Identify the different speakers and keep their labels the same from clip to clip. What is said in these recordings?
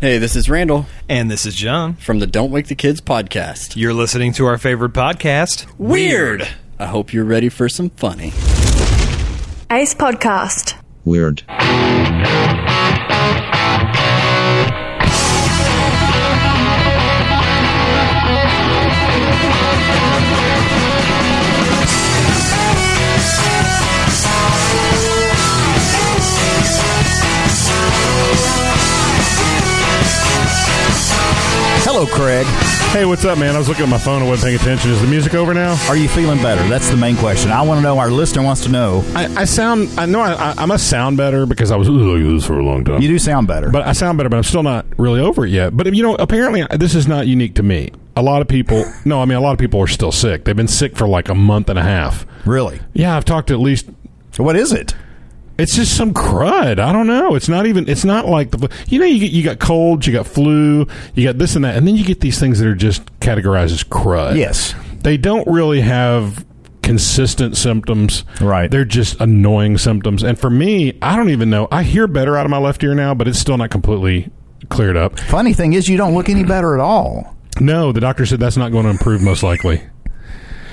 Speaker 1: Hey, this is Randall
Speaker 2: And this is John.
Speaker 1: from the Don't Wake the Kids podcast.
Speaker 2: You're listening to our favorite podcast,
Speaker 1: I hope you're ready for some funny.
Speaker 3: Ace Podcast.
Speaker 4: Weird.
Speaker 5: Hello, Craig.
Speaker 6: Hey, what's up, man? I was looking at my phone. I wasn't paying attention. Is the music over now?
Speaker 5: Are you feeling better? That's the main question. I want to know. Our listener wants to know.
Speaker 6: I, I sound. I know. I, I- I must sound better because I was "Ugh, like this for a long time.
Speaker 5: You do sound better.
Speaker 6: but I sound better. But I'm still not really over it yet. But you know, apparently this is not unique to me. A lot of people. No, I mean a lot of people are still sick. They've been sick for like a month and a half.
Speaker 5: really,
Speaker 6: Yeah, I've talked to at least.
Speaker 5: what is it?
Speaker 6: It's just some crud. I don't know. It's not even. It's not like the. You know, you get, you got colds, you got flu, you got this and that, and then you get these things that are just categorized as crud.
Speaker 5: Yes.
Speaker 6: they don't really have consistent symptoms.
Speaker 5: Right.
Speaker 6: They're just annoying symptoms. And for me, I don't even know. I hear better out of my left ear now, but it's still not completely cleared up.
Speaker 5: Funny thing is, you don't look any better at all.
Speaker 6: No, the doctor said that's not going to improve most likely.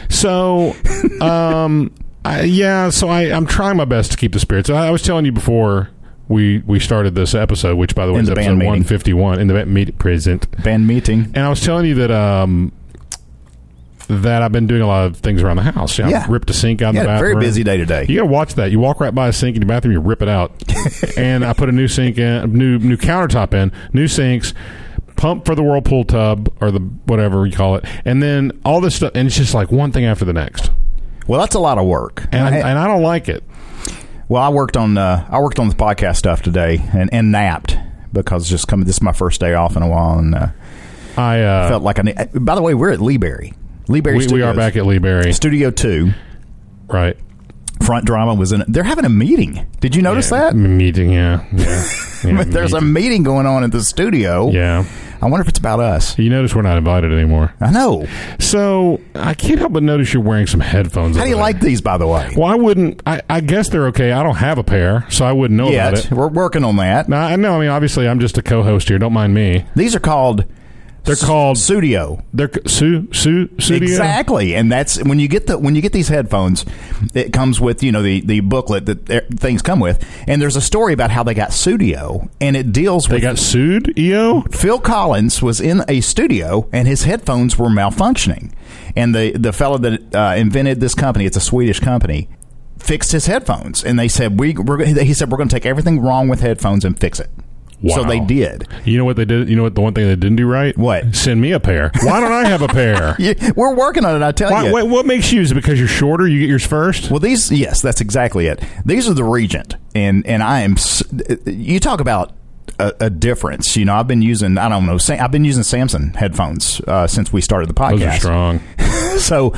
Speaker 6: So, um, I, yeah, so I, I'm trying my best to keep the spirits. I, I was telling you before we we started this episode, which by the way
Speaker 5: In
Speaker 6: is
Speaker 5: the band
Speaker 6: episode
Speaker 5: meeting.
Speaker 6: 151 in the band meet present.
Speaker 5: Band meeting.
Speaker 6: And I was telling you that um that I've been doing a lot of things around the house. You know,
Speaker 5: Yeah.
Speaker 6: ripped a sink out
Speaker 5: You
Speaker 6: of the
Speaker 5: had a
Speaker 6: bathroom.
Speaker 5: very busy day today.
Speaker 6: You gotta watch that. You walk right by a sink in your bathroom, you rip it out. and I put a new sink in, new new countertop in, new sinks, pump for the whirlpool tub or the whatever you call it, and then all this stuff. And it's just like one thing after the next.
Speaker 5: Well, that's a lot of work.
Speaker 6: And I,
Speaker 5: I-
Speaker 6: and I don't like it.
Speaker 5: well, I worked on uh, I worked on the podcast stuff today and, and napped because just coming. This is my first day off in a while, and uh,
Speaker 6: I uh,
Speaker 5: felt like I. Need, by the way, we're at Lee Berry. Lee Berry
Speaker 6: we, we are
Speaker 5: Studios.
Speaker 6: back at Lee Berry,
Speaker 5: Studio Two.
Speaker 6: right?
Speaker 5: Front drama was in. They're having a meeting. Did you notice
Speaker 6: Yeah,
Speaker 5: that?
Speaker 6: meeting? Yeah, yeah. yeah
Speaker 5: There's a meeting going on at the studio.
Speaker 6: yeah.
Speaker 5: I wonder if it's about us.
Speaker 6: You notice we're not invited anymore.
Speaker 5: I know.
Speaker 6: So I can't help but notice you're wearing some headphones.
Speaker 5: How do you
Speaker 6: over there.
Speaker 5: like these, by the way?
Speaker 6: Well, I wouldn't. I, I guess they're okay. I don't have a pair, so I wouldn't know about
Speaker 5: Yet
Speaker 6: it.
Speaker 5: we're working on that.
Speaker 6: No, I know. I mean, obviously, I'm just a co-host here. Don't mind me.
Speaker 5: These are called
Speaker 6: They're called
Speaker 5: studio.
Speaker 6: they're su su studio.
Speaker 5: Exactly, and that's when you get the when you get these headphones, it comes with you know the the booklet that their- things come with, and there's a story about how they got studio, and it deals
Speaker 6: They
Speaker 5: with
Speaker 6: got sued. E EO.
Speaker 5: Phil Collins was in a studio and his headphones were malfunctioning, and the the fellow that uh, invented this company, it's a Swedish company, fixed his headphones, and they said we we're, he said we're going to take everything wrong with headphones and fix it. So
Speaker 6: Wow.
Speaker 5: they did.
Speaker 6: You know what they did? You know what the one thing they didn't do right?
Speaker 5: What?
Speaker 6: Send me a pair. Why don't I have a pair?
Speaker 5: Yeah, we're working on it. I tell
Speaker 6: Why,
Speaker 5: you.
Speaker 6: wait, what makes you? Is it because you're shorter? You get yours first.
Speaker 5: Well, these yes, that's exactly it. These are the Regent, and and I am. s- You talk about a, a difference. You know, I've been using I don't know. Sa- I've been using Samson headphones uh, since we started the
Speaker 6: Those are
Speaker 5: podcast.
Speaker 6: strong.
Speaker 5: So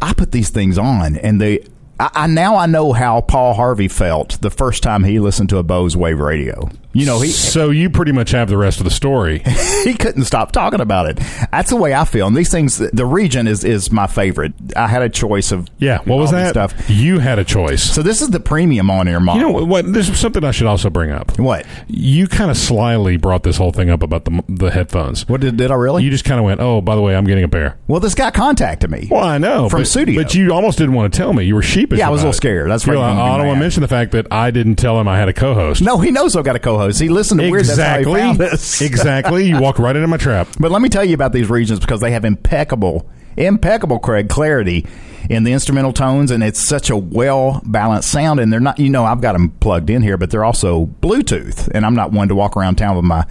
Speaker 5: I put these things on, and they. I, I now I know how Paul Harvey felt the first time he listened to a Bose Wave radio. You know, he
Speaker 6: so you pretty much have the rest of the story.
Speaker 5: he couldn't stop talking about it. That's the way I feel. And these things, the Regent is is my favorite. I had a choice of
Speaker 6: Yeah. What was
Speaker 5: all this
Speaker 6: that?
Speaker 5: stuff.
Speaker 6: You had a choice.
Speaker 5: So this is the premium on air
Speaker 6: You
Speaker 5: model.
Speaker 6: know what- what? There's something I should also bring up.
Speaker 5: what?
Speaker 6: You kind of slyly brought this whole thing up about the the headphones.
Speaker 5: What did, did I really?
Speaker 6: You just kind of went, "Oh, by the way, I'm getting a pair."
Speaker 5: well, this guy contacted me.
Speaker 6: Well, I know
Speaker 5: From
Speaker 6: but,
Speaker 5: studio.
Speaker 6: but you almost didn't want to tell me. You were sheepish.
Speaker 5: Yeah, I was a
Speaker 6: about
Speaker 5: little
Speaker 6: it.
Speaker 5: scared. That's
Speaker 6: You're
Speaker 5: why you
Speaker 6: like,
Speaker 5: made me
Speaker 6: I don't want
Speaker 5: mad."
Speaker 6: to mention the fact that I didn't tell him I had a co-host.
Speaker 5: No, he knows I've got a co-host. He listened to Weird. That's how he
Speaker 6: exactly.
Speaker 5: found us.
Speaker 6: exactly. You walked right into my trap.
Speaker 5: But let me tell you about these regions because they have impeccable, impeccable, Craig, clarity in the instrumental tones, and it's such a well balanced sound. And they're not, you know, I've got them plugged in here, but they're also Bluetooth, and I'm not one to walk around town with my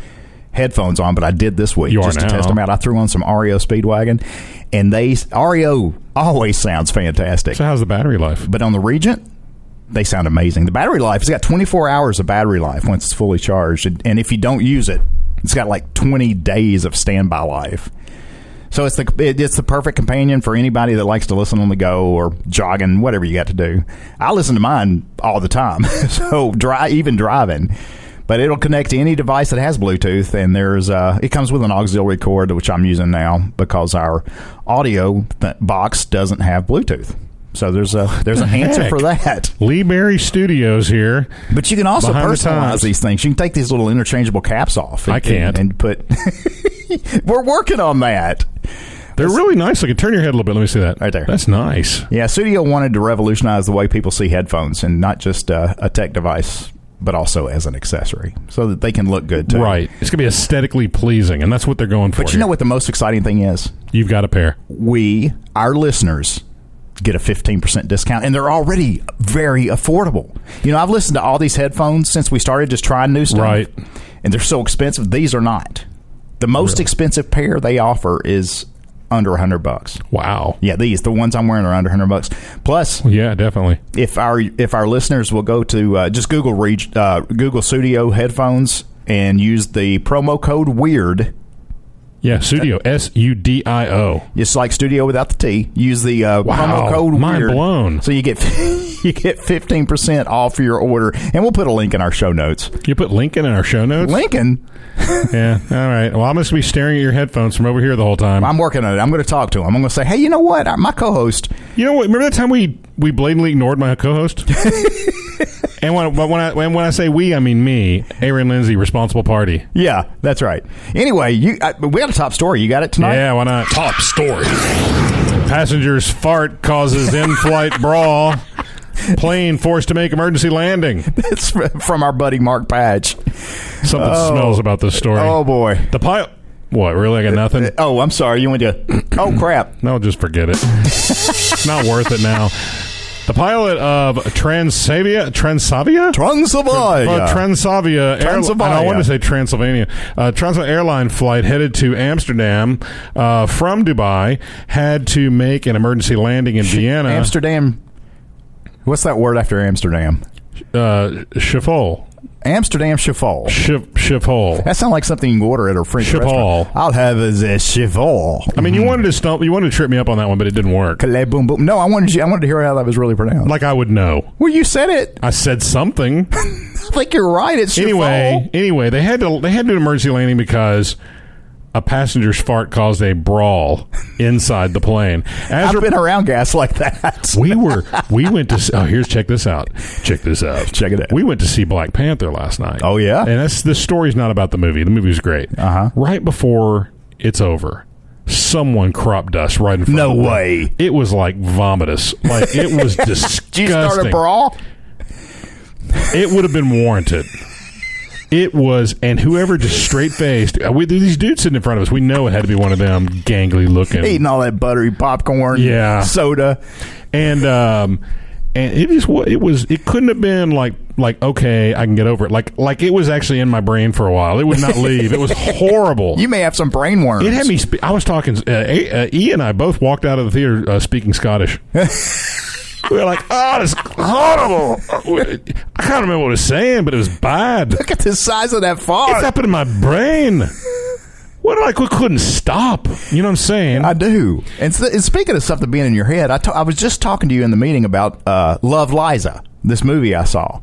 Speaker 5: headphones on, but I did this week
Speaker 6: You are
Speaker 5: just to
Speaker 6: now.
Speaker 5: test them out. I threw on some REO Speedwagon, and they REO always sounds fantastic.
Speaker 6: So how's the battery life?
Speaker 5: But on the Regent, they sound amazing. The battery life, it's got 24 hours of battery life once it's fully charged. And, and if you don't use it, it's got like 20 days of standby life. So it's the it, it's the perfect companion for anybody that likes to listen on the go or jogging, whatever you got to do. I listen to mine all the time, so dry even driving. But it'll connect to any device that has Bluetooth, and there's uh, it comes with an auxiliary cord, which I'm using now because our audio th- box doesn't have Bluetooth. So there's a there's an answer
Speaker 6: Heck.
Speaker 5: for that.
Speaker 6: Lee Berry Studios here.
Speaker 5: But you can also
Speaker 6: Behind the
Speaker 5: personalize
Speaker 6: times.
Speaker 5: these things. You can take these little interchangeable caps off.
Speaker 6: I
Speaker 5: and-
Speaker 6: can't.
Speaker 5: and put. We're working on that.
Speaker 6: They're really nice looking. Turn your head a little bit. Let me see that.
Speaker 5: Right there.
Speaker 6: That's nice.
Speaker 5: Yeah, Studio wanted to revolutionize the way people see headphones and not just uh, a tech device, but also as an accessory so that they can look good too.
Speaker 6: Right. It's going to be aesthetically pleasing, and that's what they're going for.
Speaker 5: But you know what the most exciting thing is?
Speaker 6: You've got a pair.
Speaker 5: We, our listeners, get a 15% discount and they're already very affordable. You know, I've listened to all these headphones since we started just trying new stuff.
Speaker 6: Right.
Speaker 5: And they're so expensive. These are not. The most expensive pair they offer is under 100 bucks.
Speaker 6: Wow.
Speaker 5: Yeah, these the ones I'm wearing are under 100 bucks. Plus,
Speaker 6: Yeah, definitely.
Speaker 5: if our if our listeners will go to uh, just Google reg- uh, Google Studio headphones and use the promo code Weird.
Speaker 6: Yeah, Studio. S U D I O.
Speaker 5: It's like Studio without the T. Use the uh,
Speaker 6: Wow.
Speaker 5: promo code
Speaker 6: Mind
Speaker 5: Weird.
Speaker 6: blown.
Speaker 5: So you get you get fifteen percent off your order, and we'll put a link in our show notes.
Speaker 6: You put Lincoln in our show notes?
Speaker 5: Lincoln,
Speaker 6: Yeah. All right. Well, I'm going to be staring at your headphones from over here the whole time.
Speaker 5: I'm working on it. I'm going to talk to him. I'm going to say, hey, you know what? My co-host.
Speaker 6: You know what? Remember that time we we blatantly ignored my co-host. and when, when I when, when I say we, I mean me, Aaron Lindsay, responsible party.
Speaker 5: Yeah, that's right. Anyway, you I, we got a top story. You got it tonight.
Speaker 6: Yeah, why not? Top story: Passengers fart causes in-flight brawl. Plane forced to make emergency landing.
Speaker 5: it's from our buddy Mark Patch.
Speaker 6: Something smells about this story.
Speaker 5: Oh boy.
Speaker 6: The pilot. What? Really? I got nothing.
Speaker 5: Oh, I'm sorry. You went to. Oh crap.
Speaker 6: No, just forget it. it's not worth it now. The pilot of Transavia, Transavia,
Speaker 5: Transylvania.
Speaker 6: Uh, Transavia. Airli-
Speaker 5: Transavia.
Speaker 6: and I want to say Transylvania. Uh, Transavia airline flight headed to Amsterdam uh, from Dubai had to make an emergency landing in Vienna.
Speaker 5: Amsterdam. What's that word after Amsterdam?
Speaker 6: uh, Schiphol.
Speaker 5: Amsterdam Cheval.
Speaker 6: Schif- Schiphol.
Speaker 5: That sounds like something you order at a French
Speaker 6: Cheval.
Speaker 5: restaurant. I'll have a the cheval.
Speaker 6: I mean, you wanted to stump, you wanted to trip me up on that one, but it didn't work.
Speaker 5: Calais boom boom. No, I wanted you. I wanted to hear how that was really pronounced.
Speaker 6: Like I would know.
Speaker 5: well, you said it.
Speaker 6: I said something.
Speaker 5: I think you're right. It's cheval.
Speaker 6: anyway, anyway, they had to they had to do an emergency landing because a passenger's fart caused a brawl inside the plane. As
Speaker 5: I've
Speaker 6: re-
Speaker 5: been around gas like that.
Speaker 6: we were we went to see, oh here's check this out check this out
Speaker 5: Check it out.
Speaker 6: we went to see Black Panther last night
Speaker 5: Oh, yeah?
Speaker 6: and that's the story's not about the movie the movie's great
Speaker 5: Uh-huh.
Speaker 6: right before it's over someone crop dust right in front
Speaker 5: No
Speaker 6: of them.
Speaker 5: way.
Speaker 6: it was like vomitous like it was disgusting
Speaker 5: Did you start a brawl?
Speaker 6: it would have been warranted. It was, and whoever just straight faced, uh, we these dudes sitting in front of us. We know it had to be one of them gangly looking,
Speaker 5: Eating all that buttery popcorn.
Speaker 6: Yeah.
Speaker 5: Soda.
Speaker 6: and um, and it just wa- it was it couldn't have been like like okay, I can get over it. Like like it was actually in my brain for a while. It would not leave. it was horrible.
Speaker 5: You may have some brain worms.
Speaker 6: it had me. Spe- I was talking. Uh, A- uh, E and I both walked out of the theater uh, speaking Scottish. we were like, "Oh, this is horrible." I can't remember what I was saying, but it was bad.
Speaker 5: Look at the size of that fart.
Speaker 6: It's up in my brain. What like we couldn't stop? You know what I'm saying?
Speaker 5: I do. And, s and speaking of something being in your head, I ta- I was just talking to you in the meeting about uh, Love Liza, this movie I saw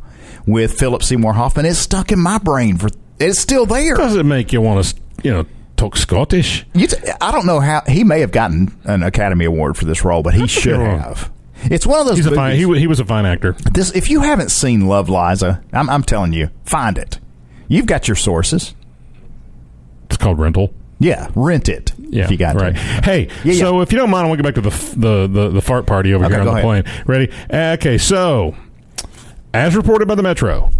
Speaker 5: with Philip Seymour Hoffman. It's stuck in my brain for. It's still there.
Speaker 6: Does it make you want to, you know, talk Scottish?
Speaker 5: You t- I don't know how he may have gotten an Academy Award for this role, but he should
Speaker 6: wrong.
Speaker 5: have. It's one of those.
Speaker 6: He's a
Speaker 5: movies-
Speaker 6: fine. He, wa- he was a fine actor.
Speaker 5: this, if you haven't seen Love Liza, I'm, I'm telling you, find it. You've got your sources.
Speaker 6: It's called rental.
Speaker 5: Yeah, rent it.
Speaker 6: Yeah,
Speaker 5: if you got
Speaker 6: right.
Speaker 5: to.
Speaker 6: Hey,
Speaker 5: Yeah, yeah.
Speaker 6: so if you don't mind, I want to get back to the f- the the, the fart party over
Speaker 5: Okay,
Speaker 6: here on
Speaker 5: go
Speaker 6: the
Speaker 5: ahead.
Speaker 6: plane. Ready? Okay, so as reported by the Metro.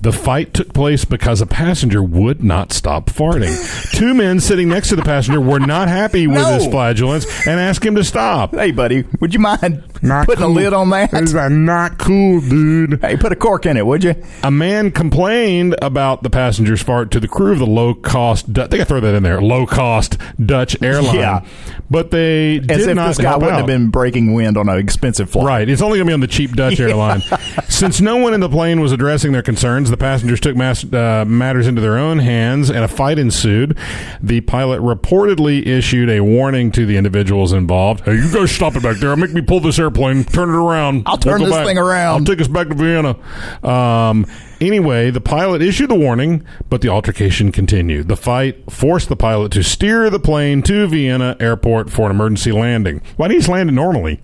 Speaker 6: The fight took place because a passenger would not stop farting. Two men sitting next to the passenger were not happy with
Speaker 5: No.
Speaker 6: his flagellance and asked him to stop.
Speaker 5: Hey, buddy, would you mind
Speaker 6: Not
Speaker 5: putting
Speaker 6: cool.
Speaker 5: a lid on that?
Speaker 6: like not cool, dude.
Speaker 5: Hey, put a cork in it, would you?
Speaker 6: A man complained about the passenger's fart to the crew of the low cost. Du- I think I throw that in there. Low cost Dutch airline.
Speaker 5: Yeah.
Speaker 6: but they
Speaker 5: As
Speaker 6: did
Speaker 5: if
Speaker 6: not
Speaker 5: this guy
Speaker 6: help
Speaker 5: wouldn't
Speaker 6: out.
Speaker 5: have been breaking wind on an expensive flight.
Speaker 6: Right. It's only going to be on the cheap Dutch airline. Since no one in the plane was addressing their concerns, the passengers took mass, uh, matters into their own hands and a fight ensued. The pilot reportedly issued a warning to the individuals involved Hey, you guys stop it back there. Make me pull this airplane. Turn it around.
Speaker 5: I'll turn
Speaker 6: go
Speaker 5: this
Speaker 6: back.
Speaker 5: thing around."
Speaker 6: I'll take us back to Vienna. Um, anyway, the pilot issued a warning, but the altercation continued. The fight forced the pilot to steer the plane to Vienna airport for an emergency landing. Why didn't he just land it normally?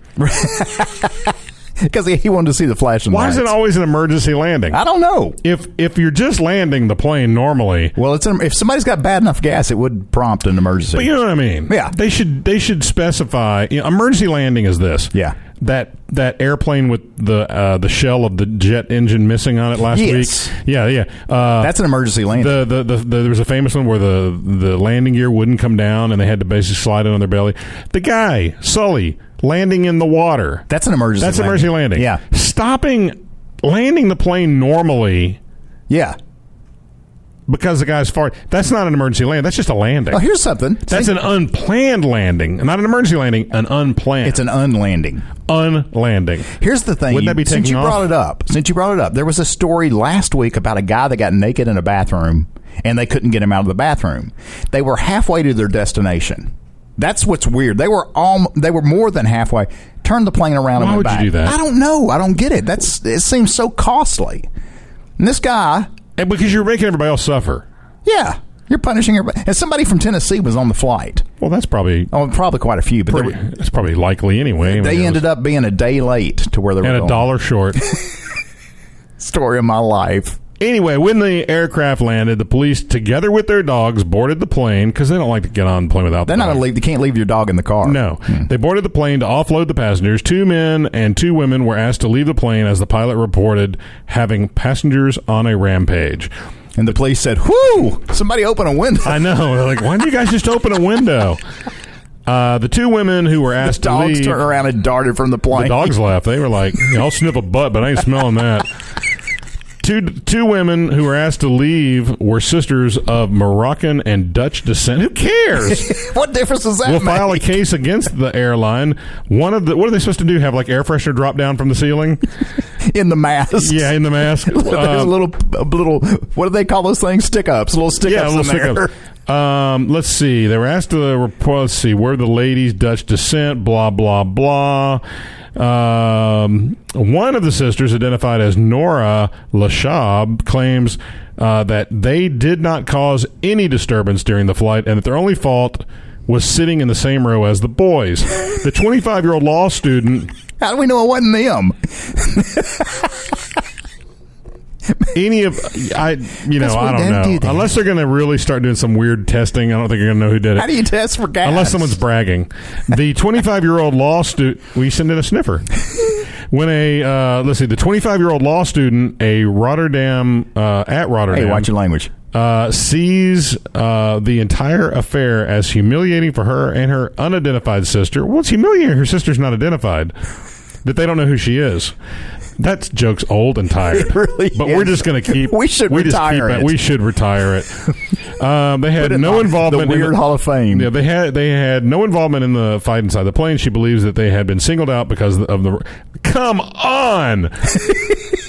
Speaker 5: because he, he wanted to see the flashing
Speaker 6: Why
Speaker 5: lights.
Speaker 6: is it always an emergency landing?
Speaker 5: I don't know.
Speaker 6: If if you're just landing the plane normally,
Speaker 5: Well, it's an, if somebody's got bad enough gas, it would prompt an emergency.
Speaker 6: But you know what I mean?
Speaker 5: Yeah.
Speaker 6: They should they should specify you know, emergency landing is this.
Speaker 5: Yeah.
Speaker 6: That that airplane with the uh, the shell of the jet engine missing on it last
Speaker 5: Yes.
Speaker 6: week. Yeah, yeah. Uh,
Speaker 5: That's an emergency landing.
Speaker 6: the, the, the, the there was a famous one where the the landing gear wouldn't come down and they had to basically slide it on their belly. The guy Sully landing in the water.
Speaker 5: That's an emergency.
Speaker 6: That's
Speaker 5: landing.
Speaker 6: emergency landing.
Speaker 5: Yeah,
Speaker 6: Stopping landing the plane normally
Speaker 5: yeah.
Speaker 6: because the guy's far. That's not an emergency land. That's just a landing.
Speaker 5: Oh, here's something.
Speaker 6: That's
Speaker 5: See?
Speaker 6: an unplanned landing, not an emergency landing. An unplanned.
Speaker 5: It's an unlanding.
Speaker 6: unlanding.
Speaker 5: Here's the thing.
Speaker 6: Wouldn't that be
Speaker 5: you- since
Speaker 6: taking
Speaker 5: you
Speaker 6: off?
Speaker 5: brought it up? Since you brought it up, there was a story last week about a guy that got naked in a bathroom and they couldn't get him out of the bathroom. They were halfway to their destination. That's what's weird. They were all they were more than halfway. Turned the plane around and
Speaker 6: Why
Speaker 5: went
Speaker 6: would you
Speaker 5: back.
Speaker 6: do that?
Speaker 5: I don't know. I don't get it. That's it seems so costly. And this guy,
Speaker 6: And because you're making everybody else suffer.
Speaker 5: yeah, you're punishing everybody. And somebody from Tennessee was on the flight.
Speaker 6: Well, that's probably
Speaker 5: Oh, probably quite a few, but
Speaker 6: pretty,
Speaker 5: they, were-
Speaker 6: that's probably likely anyway.
Speaker 5: they ended up being a day late to where they were
Speaker 6: and a
Speaker 5: going.
Speaker 6: dollar short.
Speaker 5: Story of my life.
Speaker 6: anyway, when the aircraft landed, the police, together with their dogs, boarded the plane because they don't like to get on the plane without.
Speaker 5: They're
Speaker 6: the
Speaker 5: not
Speaker 6: dog.
Speaker 5: gonna leave. You can't leave your dog in the car.
Speaker 6: No, they boarded the plane to offload the passengers. Two men and two women were asked to leave the plane as the pilot reported having passengers on a rampage.
Speaker 5: And the police said, "Whoo! Somebody open a window."
Speaker 6: I know. They're like, why do you guys just open a window? Uh, the two women who were asked to
Speaker 5: Dogs
Speaker 6: leave,
Speaker 5: turned around and darted from the plane.
Speaker 6: the dogs left. They were like, "Yeah, I'll sniff a butt, but I ain't smelling that. Two two women who were asked to leave were sisters of Moroccan and Dutch descent. Who cares?
Speaker 5: what difference does that
Speaker 6: We'll
Speaker 5: make?
Speaker 6: file a case against the airline. One of the what are they supposed to do? Have like air freshener drop down from the ceiling?
Speaker 5: in the mask.
Speaker 6: Yeah, in the mask.
Speaker 5: There's a
Speaker 6: Um,
Speaker 5: little, a little. What do they call those things? Stick ups. Little stick ups
Speaker 6: yeah,
Speaker 5: in
Speaker 6: stick
Speaker 5: there.
Speaker 6: up. Um, let's see. They were asked to report. Let's see. Were the ladies Dutch descent? Blah blah blah. Um, one of the sisters, identified as Nora Lashab, claims uh, that they did not cause any disturbance during the flight, and that their only fault was sitting in the same row as the boys. the 25-year-old law student.
Speaker 5: How do we know it wasn't them?
Speaker 6: Any of I, you know,
Speaker 5: That's why
Speaker 6: I
Speaker 5: they
Speaker 6: don't know.
Speaker 5: do that.
Speaker 6: Unless they're going to really start doing some weird testing, I don't think you're going to know who did it.
Speaker 5: How do you test for gas?
Speaker 6: Unless someone's bragging. The 25 year old law student, we send in a sniffer. When a, uh, let's see, the 25 year old law student, a Rotterdam, uh, at
Speaker 5: Hey,
Speaker 6: Rotterdam,
Speaker 5: watch your language.
Speaker 6: uh, sees uh, the entire affair as humiliating for her and her unidentified sister. Well, it's humiliating. Her sister's not identified. That they don't know who she is. That joke's old and tired.
Speaker 5: It really
Speaker 6: but we're
Speaker 5: is.
Speaker 6: just going to keep.
Speaker 5: We should
Speaker 6: just keep
Speaker 5: retire it.
Speaker 6: We should retire it. Um, they had
Speaker 5: Put it
Speaker 6: no
Speaker 5: on
Speaker 6: involvement.
Speaker 5: The
Speaker 6: in
Speaker 5: Weird Hall of Fame.
Speaker 6: yeah, they had they had no involvement in the fight inside the plane. She believes that they had been singled out because of the. Come on,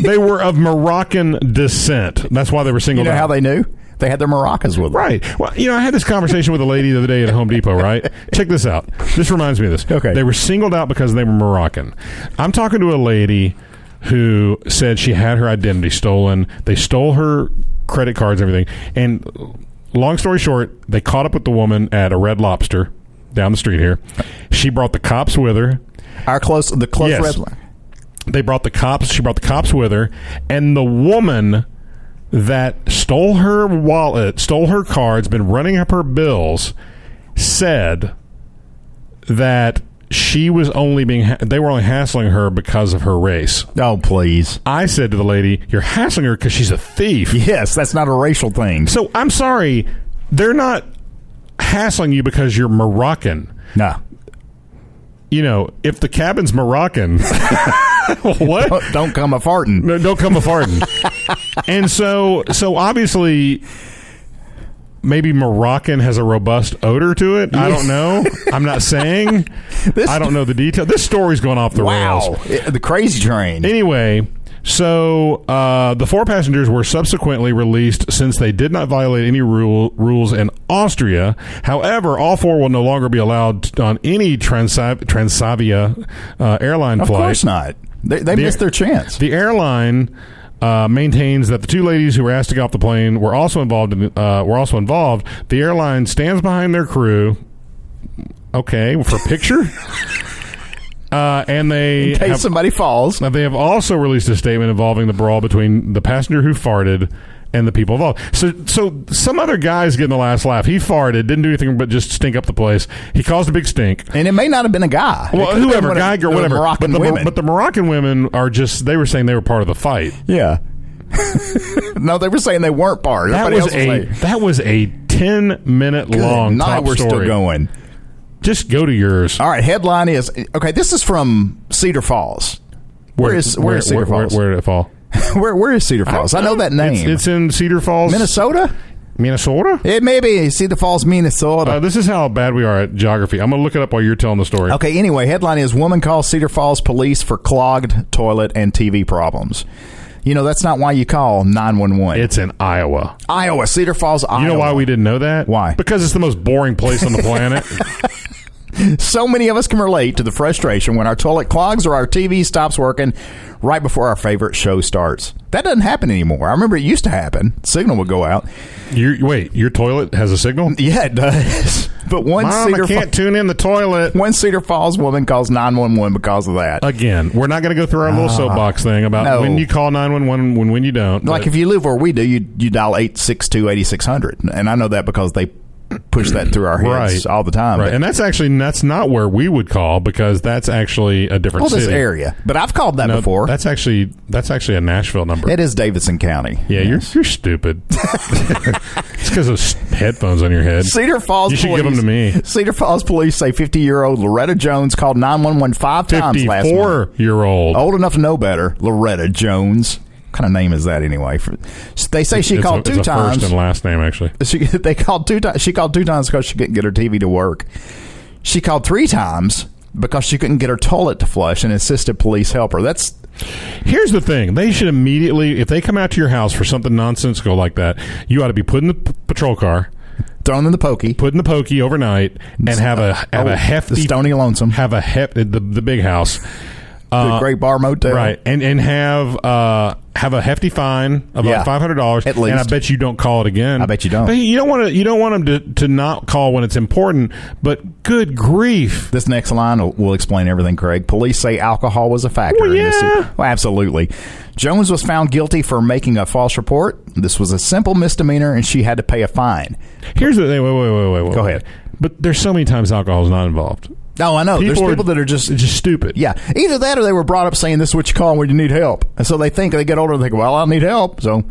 Speaker 6: they were of Moroccan descent. That's why they were
Speaker 5: you
Speaker 6: singled
Speaker 5: know
Speaker 6: out.
Speaker 5: how they knew? They had their maracas with them.
Speaker 6: Right. Well, you know, I had this conversation with a lady the other day at Home Depot, right? Check this out. This reminds me of this.
Speaker 5: Okay.
Speaker 6: They were singled out because they were Moroccan. I'm talking to a lady who said she had her identity stolen. They stole her credit cards, and everything. And long story short, they caught up with the woman at a red lobster down the street here. She brought the cops with her.
Speaker 5: Our close, the close
Speaker 6: Yes.
Speaker 5: red line.
Speaker 6: They brought the cops. She brought the cops with her, and the woman that stole her wallet, stole her cards, been running up her bills, said that she was only being ha- they were only hassling her because of her race.
Speaker 5: Oh, please.
Speaker 6: I said to the lady, "You're hassling her because she's a thief."
Speaker 5: Yes, that's not a racial thing.
Speaker 6: So I'm sorry, they're not hassling you because you're Moroccan.
Speaker 5: No.
Speaker 6: You know, if the cabin's Moroccan, what?
Speaker 5: Don't- Oh, Don't come a farting.
Speaker 6: No, don't come a farting. and so, so obviously, maybe Moroccan has a robust odor to it. I don't know. I'm not saying.
Speaker 5: This-
Speaker 6: I don't know the detail. This story's going off the
Speaker 5: Wow.
Speaker 6: rails.
Speaker 5: It- the crazy train.
Speaker 6: Anyway, So uh, the four passengers were subsequently released since they did not violate any rule, rules in Austria. However, all four will no longer be allowed on any Transa- Transavia uh, airline
Speaker 5: Of
Speaker 6: flight.
Speaker 5: course not. They, they
Speaker 6: The-
Speaker 5: missed their chance.
Speaker 6: The airline uh, maintains that the two ladies who were asked to get off the plane were also involved. In, uh, were also involved. The airline stands behind their crew. Okay, for picture. Uh, and they
Speaker 5: in case
Speaker 6: have,
Speaker 5: somebody falls.
Speaker 6: now, they have also released a statement involving the brawl between the passenger who farted and the people involved. So, so some other guy's getting the last laugh. He farted, didn't do anything but just stink up the place. He caused a big stink.
Speaker 5: And it may not have been a guy. It
Speaker 6: Well,
Speaker 5: could have
Speaker 6: whoever,
Speaker 5: been one
Speaker 6: guy
Speaker 5: of
Speaker 6: or
Speaker 5: the
Speaker 6: whatever.
Speaker 5: Moroccan
Speaker 6: but, the, Mor-
Speaker 5: women.
Speaker 6: but the Moroccan women are just, they were saying they were part of the fight.
Speaker 5: yeah. no, they were saying they weren't part.
Speaker 6: That
Speaker 5: Everybody else
Speaker 6: was, a,
Speaker 5: like,
Speaker 6: that was a 10 minute
Speaker 5: "Good
Speaker 6: long
Speaker 5: night,
Speaker 6: top
Speaker 5: we're
Speaker 6: story.
Speaker 5: still going.
Speaker 6: Just go to yours.
Speaker 5: All right, headline is okay. This is from Cedar Falls. Where is where is Cedar
Speaker 6: where-
Speaker 5: Falls?
Speaker 6: where did it fall?
Speaker 5: where where is Cedar Falls? I, know that name.
Speaker 6: It's, it's in Cedar Falls,
Speaker 5: Minnesota.
Speaker 6: Minnesota?
Speaker 5: It may be Cedar Falls, Minnesota.
Speaker 6: Uh, this is how bad we are at geography. I'm going to look it up while you're telling the story.
Speaker 5: Okay, anyway, headline is Woman calls Cedar Falls police for clogged toilet and TV problems. You know, that's not why you call 911.
Speaker 6: It's in Iowa.
Speaker 5: Iowa, Cedar Falls, Iowa.
Speaker 6: You know why we didn't know that?
Speaker 5: Why?
Speaker 6: Because it's the most boring place on the planet.
Speaker 5: So many of us can relate to the frustration when our toilet clogs or our TV stops working right before our favorite show starts. That doesn't happen anymore. I remember it used to happen. Signal would go out.
Speaker 6: you wait, your toilet has a signal?
Speaker 5: Yeah, it does. But one
Speaker 6: Mom,
Speaker 5: Cedar
Speaker 6: I can't tune in the toilet.
Speaker 5: one Cedar Falls woman calls 911 because of that.
Speaker 6: Again, we're not going to go through our little soapbox thing about
Speaker 5: Ah. no.
Speaker 6: when you call 911 when when you don't.
Speaker 5: like
Speaker 6: but
Speaker 5: if you live where we do, you you dial 862-8600. And I know that because they push that through our heads
Speaker 6: Right.
Speaker 5: all the time.
Speaker 6: right.
Speaker 5: But-
Speaker 6: And that's actually that's not where we would call because that's actually a different
Speaker 5: well, this
Speaker 6: city.
Speaker 5: area. But I've called that
Speaker 6: No,
Speaker 5: before.
Speaker 6: That's actually that's actually a Nashville number.
Speaker 5: It is Davidson County.
Speaker 6: yeah, you're you're stupid. it's cuz of s- headphones on your head.
Speaker 5: Cedar Falls
Speaker 6: You should
Speaker 5: police,
Speaker 6: give 'em to me.
Speaker 5: Cedar Falls police say 50-year-old Loretta Jones called 911 five times last month. Oh,
Speaker 6: 54 year old.
Speaker 5: Old enough to know better, Loretta Jones. What kind of name is that anyway? For- They say she
Speaker 6: It's a-
Speaker 5: called
Speaker 6: it's
Speaker 5: two
Speaker 6: a
Speaker 5: times.
Speaker 6: First and last name, actually.
Speaker 5: she they called two times. She called two times because she couldn't get her TV to work. She called three times because she couldn't get her toilet to flush and insisted police help her. That's
Speaker 6: Here's the thing: they should immediately, if they come out to your house for something nonsensical like that, you ought to be put in the p- patrol car,
Speaker 5: thrown in the pokey.
Speaker 6: put in the pokey overnight, and have a have
Speaker 5: Oh,
Speaker 6: a hefty
Speaker 5: the Stony Lonesome,
Speaker 6: have a hep the the big house,
Speaker 5: the Great Bar Motel.
Speaker 6: uh, right? And and have uh have a hefty fine of
Speaker 5: Yeah.
Speaker 6: about five hundred dollars
Speaker 5: At
Speaker 6: And I
Speaker 5: least.
Speaker 6: bet you don't call it again.
Speaker 5: I bet you don't.
Speaker 6: But you don't want to you don't want them to to not call when it's important. But good grief!
Speaker 5: This next line will, will explain everything, Craig. Police say alcohol was a factor.
Speaker 6: Well,
Speaker 5: in this-
Speaker 6: yeah.
Speaker 5: well, absolutely. Jones was found guilty for making a false report. This was a simple misdemeanor, and she had to pay a fine.
Speaker 6: Here's the thing. Wait, wait, wait, wait, wait.
Speaker 5: Go
Speaker 6: wait.
Speaker 5: ahead.
Speaker 6: But there's so many times alcohol is not involved.
Speaker 5: Oh, I know. There's people that are just
Speaker 6: just stupid.
Speaker 5: Yeah, either that or they were brought up saying this is what you call when you need help, and so they think they get older and think, well, I'll need help. So,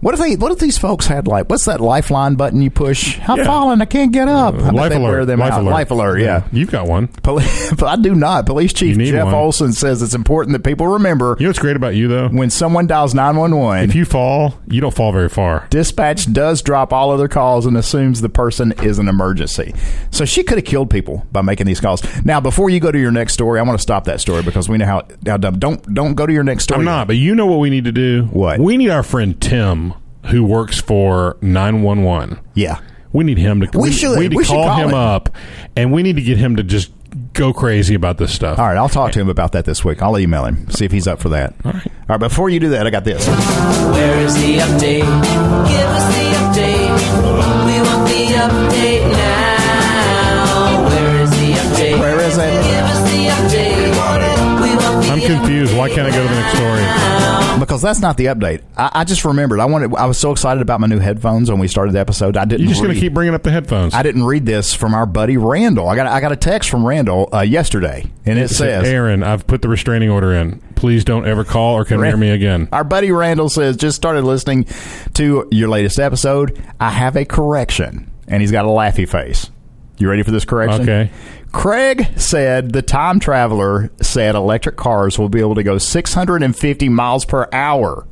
Speaker 5: what if they? What if these folks had like what's that lifeline button you push? I'm
Speaker 6: Yeah.
Speaker 5: falling, I can't get up. I bet
Speaker 6: life
Speaker 5: they
Speaker 6: alert.
Speaker 5: wear them
Speaker 6: life
Speaker 5: out.
Speaker 6: alert.
Speaker 5: Life alert. Yeah.
Speaker 6: You've got one.
Speaker 5: Police, I do not. Police Chief
Speaker 6: You need
Speaker 5: Jeff
Speaker 6: one.
Speaker 5: Olson says it's important that people remember
Speaker 6: You know what's great about you though?
Speaker 5: when someone dials nine one one.
Speaker 6: If you fall, you don't fall very far.
Speaker 5: Dispatch does drop all other calls and assumes the person is an emergency. So she could have killed people by making these calls. Now, before you go to your next story, I want to stop that story because we know how, how dumb. Don't don't go to your next story.
Speaker 6: I'm not, but you know what we need to do?
Speaker 5: What?
Speaker 6: We need our friend Tim, who works for 911.
Speaker 5: Yeah.
Speaker 6: We need him to.
Speaker 5: We should.
Speaker 6: We need to
Speaker 5: We should
Speaker 6: call,
Speaker 5: call
Speaker 6: him
Speaker 5: him.
Speaker 6: up, and we need to get him to just go crazy about this stuff.
Speaker 5: All right, I'll talk to him about that this week. I'll email him see if he's up for that. All right. All right. Before you do that, I got this.
Speaker 4: Where is the update? Give us the update. We want the update now. Where is the update?
Speaker 5: Where is it?
Speaker 4: Give us the update. We want the
Speaker 6: I'm confused. Why can't I go to the next story?
Speaker 5: Because that's not the update. I, I just remembered. I wanted. I was so excited about my new headphones when we started the episode. I didn't.
Speaker 6: You're just going to
Speaker 5: read-
Speaker 6: keep bringing up the headphones.
Speaker 5: I didn't read this from our buddy Randall. I got. I got a text from Randall uh, yesterday, and it, says,
Speaker 6: Aaron, I've put the restraining order in. Please don't ever call or come near me again.
Speaker 5: Our buddy Randall says, just started listening to your latest episode. I have a correction. And he's got a laughy face. You ready for this correction?
Speaker 6: Okay.
Speaker 5: Craig said the time traveler said electric cars will be able to go 650 miles per hour.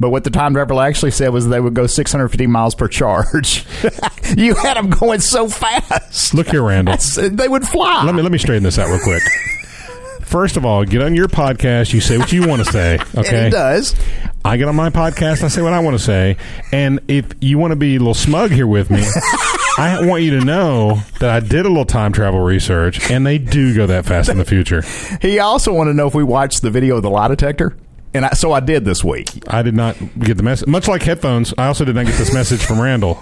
Speaker 5: But what the time traveler actually said was they would go 650 miles per charge. you had them going so fast.
Speaker 6: Look here, Randall.
Speaker 5: They would fly.
Speaker 6: Let me let me straighten this out real quick. First of all, get on your podcast. You say what you want to say. Okay.
Speaker 5: And it does.
Speaker 6: I get on my podcast. I say what I want to say. And if you want to be a little smug here with me, I want you to know that I did a little time travel research, and they do go that fast in the future.
Speaker 5: He also wanted to know if we watched the video of the lie detector. And I, so I did this week.
Speaker 6: I did not get the message. Much like headphones, I also did not get this message from Randall.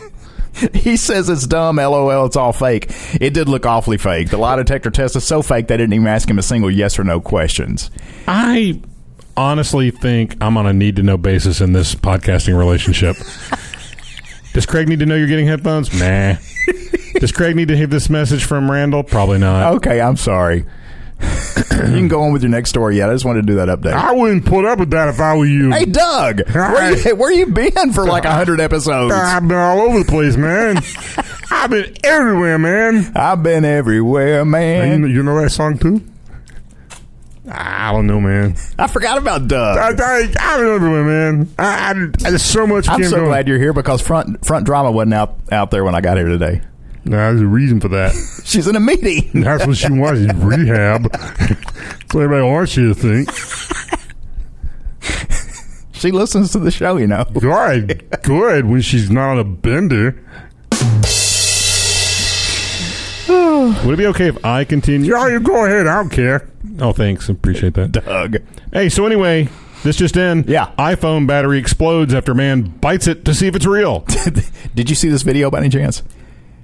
Speaker 5: He says it's dumb, lol, it's all fake. It did look awfully fake. The lie detector test is so fake they didn't even ask him a single yes or no questions.
Speaker 6: I honestly think I'm on a need to know basis in this podcasting relationship. Does Craig need to know you're getting headphones? Nah. Does Craig need to hear this message from Randall? Probably not.
Speaker 5: Okay, I'm sorry. you can go on with your next story yet. I just wanted to do that update.
Speaker 6: I wouldn't put up with that if I were you.
Speaker 5: Hey, Doug, where you, where you been for like 100 episodes?
Speaker 6: I've been all over the place, man. I've been everywhere, man.
Speaker 5: I've been everywhere, man.
Speaker 6: you know that song too? I don't know, man.
Speaker 5: I forgot about Doug.
Speaker 6: I've been everywhere, man. I, I, there's so much.
Speaker 5: I'm
Speaker 6: can't
Speaker 5: so
Speaker 6: go-
Speaker 5: glad you're here because front front drama wasn't out, out there when I got here today.
Speaker 6: Nah, there's a reason for that.
Speaker 5: She's in a meeting.
Speaker 6: That's what she wants is rehab. That's what everybody wants you to think.
Speaker 5: She listens to the show, you know.
Speaker 6: Good, good when she's not on a bender. Would it be okay if I continue? Yeah, you go ahead. I don't care. Oh, thanks. Appreciate that.
Speaker 5: Doug.
Speaker 6: Hey, so anyway, this just in.
Speaker 5: Yeah.
Speaker 6: iPhone battery explodes after man bites it to see if it's real.
Speaker 5: Did you see this video by any chance?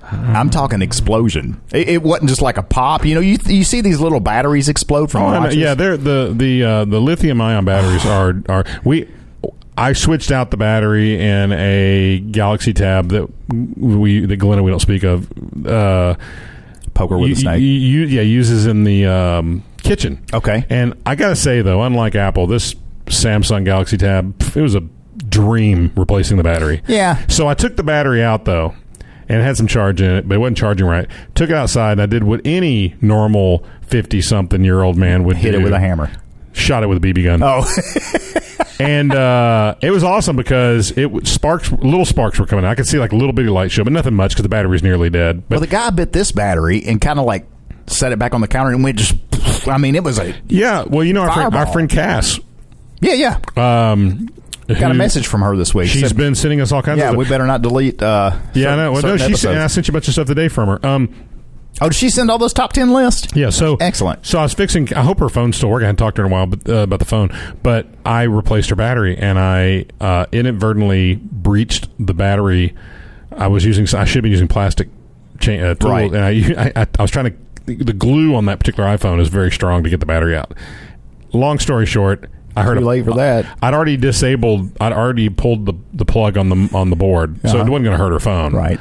Speaker 5: I'm talking explosion. It, it wasn't just like a pop. You know, you you see these little batteries explode from
Speaker 6: Oh, I know.
Speaker 5: watches.
Speaker 6: yeah, they're the the uh, the lithium ion batteries are are we. I switched out the battery in a Galaxy Tab that we that Glenna we don't speak of. Uh,
Speaker 5: poker with
Speaker 6: you,
Speaker 5: a snake.
Speaker 6: you- you- yeah, uses in the um, kitchen.
Speaker 5: Okay.
Speaker 6: and I gotta say though, unlike Apple, this Samsung Galaxy Tab pff, it was a dream replacing the battery.
Speaker 5: yeah,
Speaker 6: So I took the battery out though, and it had some charge in it, but it wasn't charging right. Took it outside, and I did what any normal fifty-something-year-old man would
Speaker 5: hit
Speaker 6: do.
Speaker 5: it with a hammer.
Speaker 6: Shot it with a BB gun,
Speaker 5: Oh,
Speaker 6: and uh, it was awesome because it w- sparks, little sparks were coming. out. I could see like a little bitty light show, but nothing much because the battery's nearly dead. But
Speaker 5: well, the guy bit this battery and kind of like set it back on the counter and went just. I mean, it was a
Speaker 6: yeah, well, you know our friend, our
Speaker 5: Fireball.
Speaker 6: friend Cass,
Speaker 5: yeah, yeah.
Speaker 6: um,
Speaker 5: Got a
Speaker 6: who-
Speaker 5: message from her this week.
Speaker 6: She's
Speaker 5: Said,
Speaker 6: been sending us all kinds
Speaker 5: yeah,
Speaker 6: of
Speaker 5: we
Speaker 6: stuff.
Speaker 5: better not delete. Uh,
Speaker 6: yeah, I
Speaker 5: certain-
Speaker 6: know. Well, no,
Speaker 5: certain
Speaker 6: she sent,
Speaker 5: episodes.
Speaker 6: and I sent you a bunch of stuff today from her. Um,
Speaker 5: Oh, did she send all those top ten lists?
Speaker 6: Yeah, so
Speaker 5: Excellent.
Speaker 6: So I was fixing. I hope her phone's still working. I hadn't talked to her in a while, but uh, about the phone. But I replaced her battery, and I uh, inadvertently breached the battery. I was using. I should have been using plastic chain, uh, tool,
Speaker 5: Right.
Speaker 6: and I, I I was trying to. The glue on that particular iPhone is very strong to get the battery out. Long story short, I heard
Speaker 5: Too late for that.
Speaker 6: I'd already disabled. I'd already pulled the, the plug on the on the board, so it wasn't going to hurt her phone.
Speaker 5: Uh-huh. Right.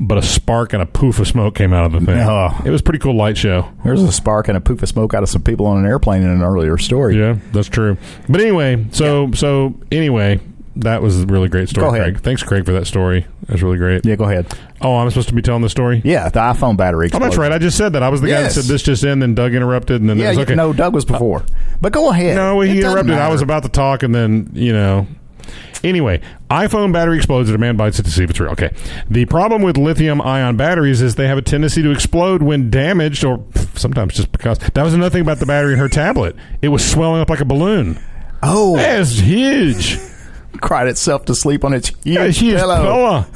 Speaker 6: But a spark and a poof of smoke came out of the thing.
Speaker 5: Oh.
Speaker 6: It was a pretty cool light show.
Speaker 5: There's a spark and a poof of smoke out of some people on an airplane in an earlier story.
Speaker 6: Yeah, that's true. But anyway, so so anyway, that was a really great story,
Speaker 5: Go ahead.
Speaker 6: Craig. Thanks, Craig, for that story. That's really great.
Speaker 5: Yeah, go ahead.
Speaker 6: Oh, I'm supposed to be telling the story.
Speaker 5: Yeah, the iPhone battery.
Speaker 6: Oh, that's
Speaker 5: explosion.
Speaker 6: right. I just said that. I was the guy that
Speaker 5: Yes.
Speaker 6: said this just in, then Doug interrupted, and then
Speaker 5: Yeah,
Speaker 6: it was
Speaker 5: you-
Speaker 6: okay. Uh,
Speaker 5: no, Doug was before. But go ahead.
Speaker 6: No,
Speaker 5: It
Speaker 6: he
Speaker 5: doesn't
Speaker 6: interrupted. I
Speaker 5: matter.
Speaker 6: was about to talk, and then you know. Anyway, iPhone battery explodes and a man bites it to see if it's real. Okay. The problem with lithium ion batteries is they have a tendency to explode when damaged or pff, sometimes just because. That was another thing about the battery in her tablet. It was swelling up like a balloon.
Speaker 5: Oh,
Speaker 6: That's huge.
Speaker 5: cried itself to sleep on its huge
Speaker 6: Yeah, she is
Speaker 5: pillow.
Speaker 6: pillow.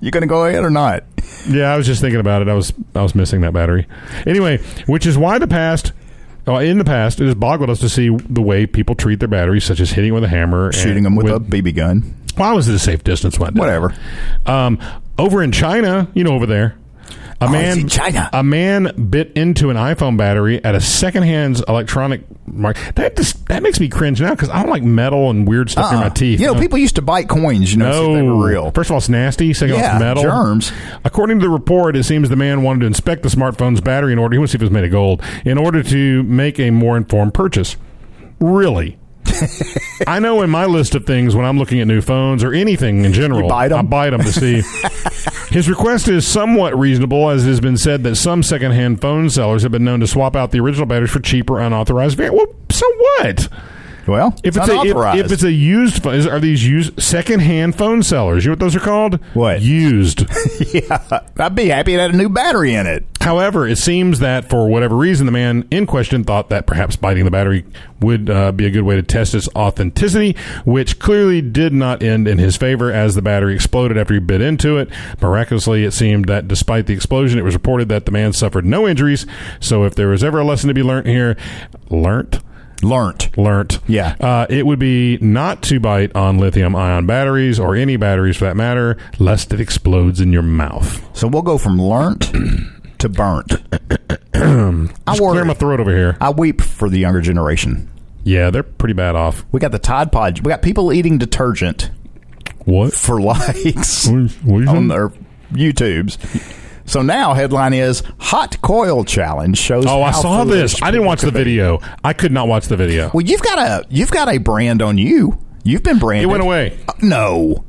Speaker 5: You gonna go ahead or not?
Speaker 6: Yeah, I was just thinking about it. I was I was missing that battery. Anyway, which is why the past. Uh, in the past, it has boggled us to see the way people treat their batteries, such as hitting with a hammer, and
Speaker 5: Shooting them with, a BB gun.
Speaker 6: Well, I was at a safe distance one day.
Speaker 5: Whatever.
Speaker 6: Um, over in China, you know, over there, a
Speaker 5: Oh, it's
Speaker 6: man
Speaker 5: in China.
Speaker 6: a man bit into an iPhone battery at a secondhand electronic market. That just, that makes me cringe now because I don't like metal and weird stuff in my
Speaker 5: Uh-uh.
Speaker 6: teeth. Uh-huh.
Speaker 5: You know,
Speaker 6: No.
Speaker 5: people used to bite coins. You know, see if they were real.
Speaker 6: First of all, it's nasty. Second, of all,
Speaker 5: Yeah,
Speaker 6: it's metal.
Speaker 5: germs.
Speaker 6: According to the report, it seems the man wanted to inspect the smartphone's battery in order. He wanted to see if it was made of gold in order to make a more informed purchase. Really. I know in my list of things when I'm looking at new phones or anything in general,
Speaker 5: You bite 'em?
Speaker 6: I bite them to see. His request is somewhat reasonable, as it has been said that some secondhand phone sellers have been known to swap out the original batteries for cheaper, unauthorized. var- Well, so what?
Speaker 5: Well,
Speaker 6: If it's, a, if,
Speaker 5: unauthorized.
Speaker 6: if it's a used phone, is, are these used secondhand phone sellers? You know what those are called?
Speaker 5: What?
Speaker 6: Used.
Speaker 5: yeah, I'd be happy it had a new battery in it.
Speaker 6: However, it seems that for whatever reason, the man in question thought that perhaps biting the battery would uh, be a good way to test its authenticity, which clearly did not end in his favor as the battery exploded after he bit into it. Miraculously, it seemed that despite the explosion, it was reported that the man suffered no injuries. So if there was ever a lesson to be learned here, learnt,
Speaker 5: Learned.
Speaker 6: learnt.
Speaker 5: Yeah.
Speaker 6: Uh, it would be not to bite on lithium ion batteries or any batteries for that matter, lest it explodes in your mouth.
Speaker 5: So we'll go from learnt to burnt. I
Speaker 6: Clear
Speaker 5: worry.
Speaker 6: my throat over here.
Speaker 5: I weep for the younger generation.
Speaker 6: Yeah, they're pretty bad off.
Speaker 5: We got the Tide Pod. We got people eating detergent
Speaker 6: What?
Speaker 5: for likes
Speaker 6: What do you
Speaker 5: on
Speaker 6: think?
Speaker 5: their YouTubes. So now headline is hot coil challenge shows.
Speaker 6: Oh, I
Speaker 5: how
Speaker 6: saw
Speaker 5: foolish
Speaker 6: this. I didn't watch the video. I could not watch the video.
Speaker 5: Well, you've got a you've got a brand on you. You've been branded.
Speaker 6: It went away.
Speaker 5: Uh, no.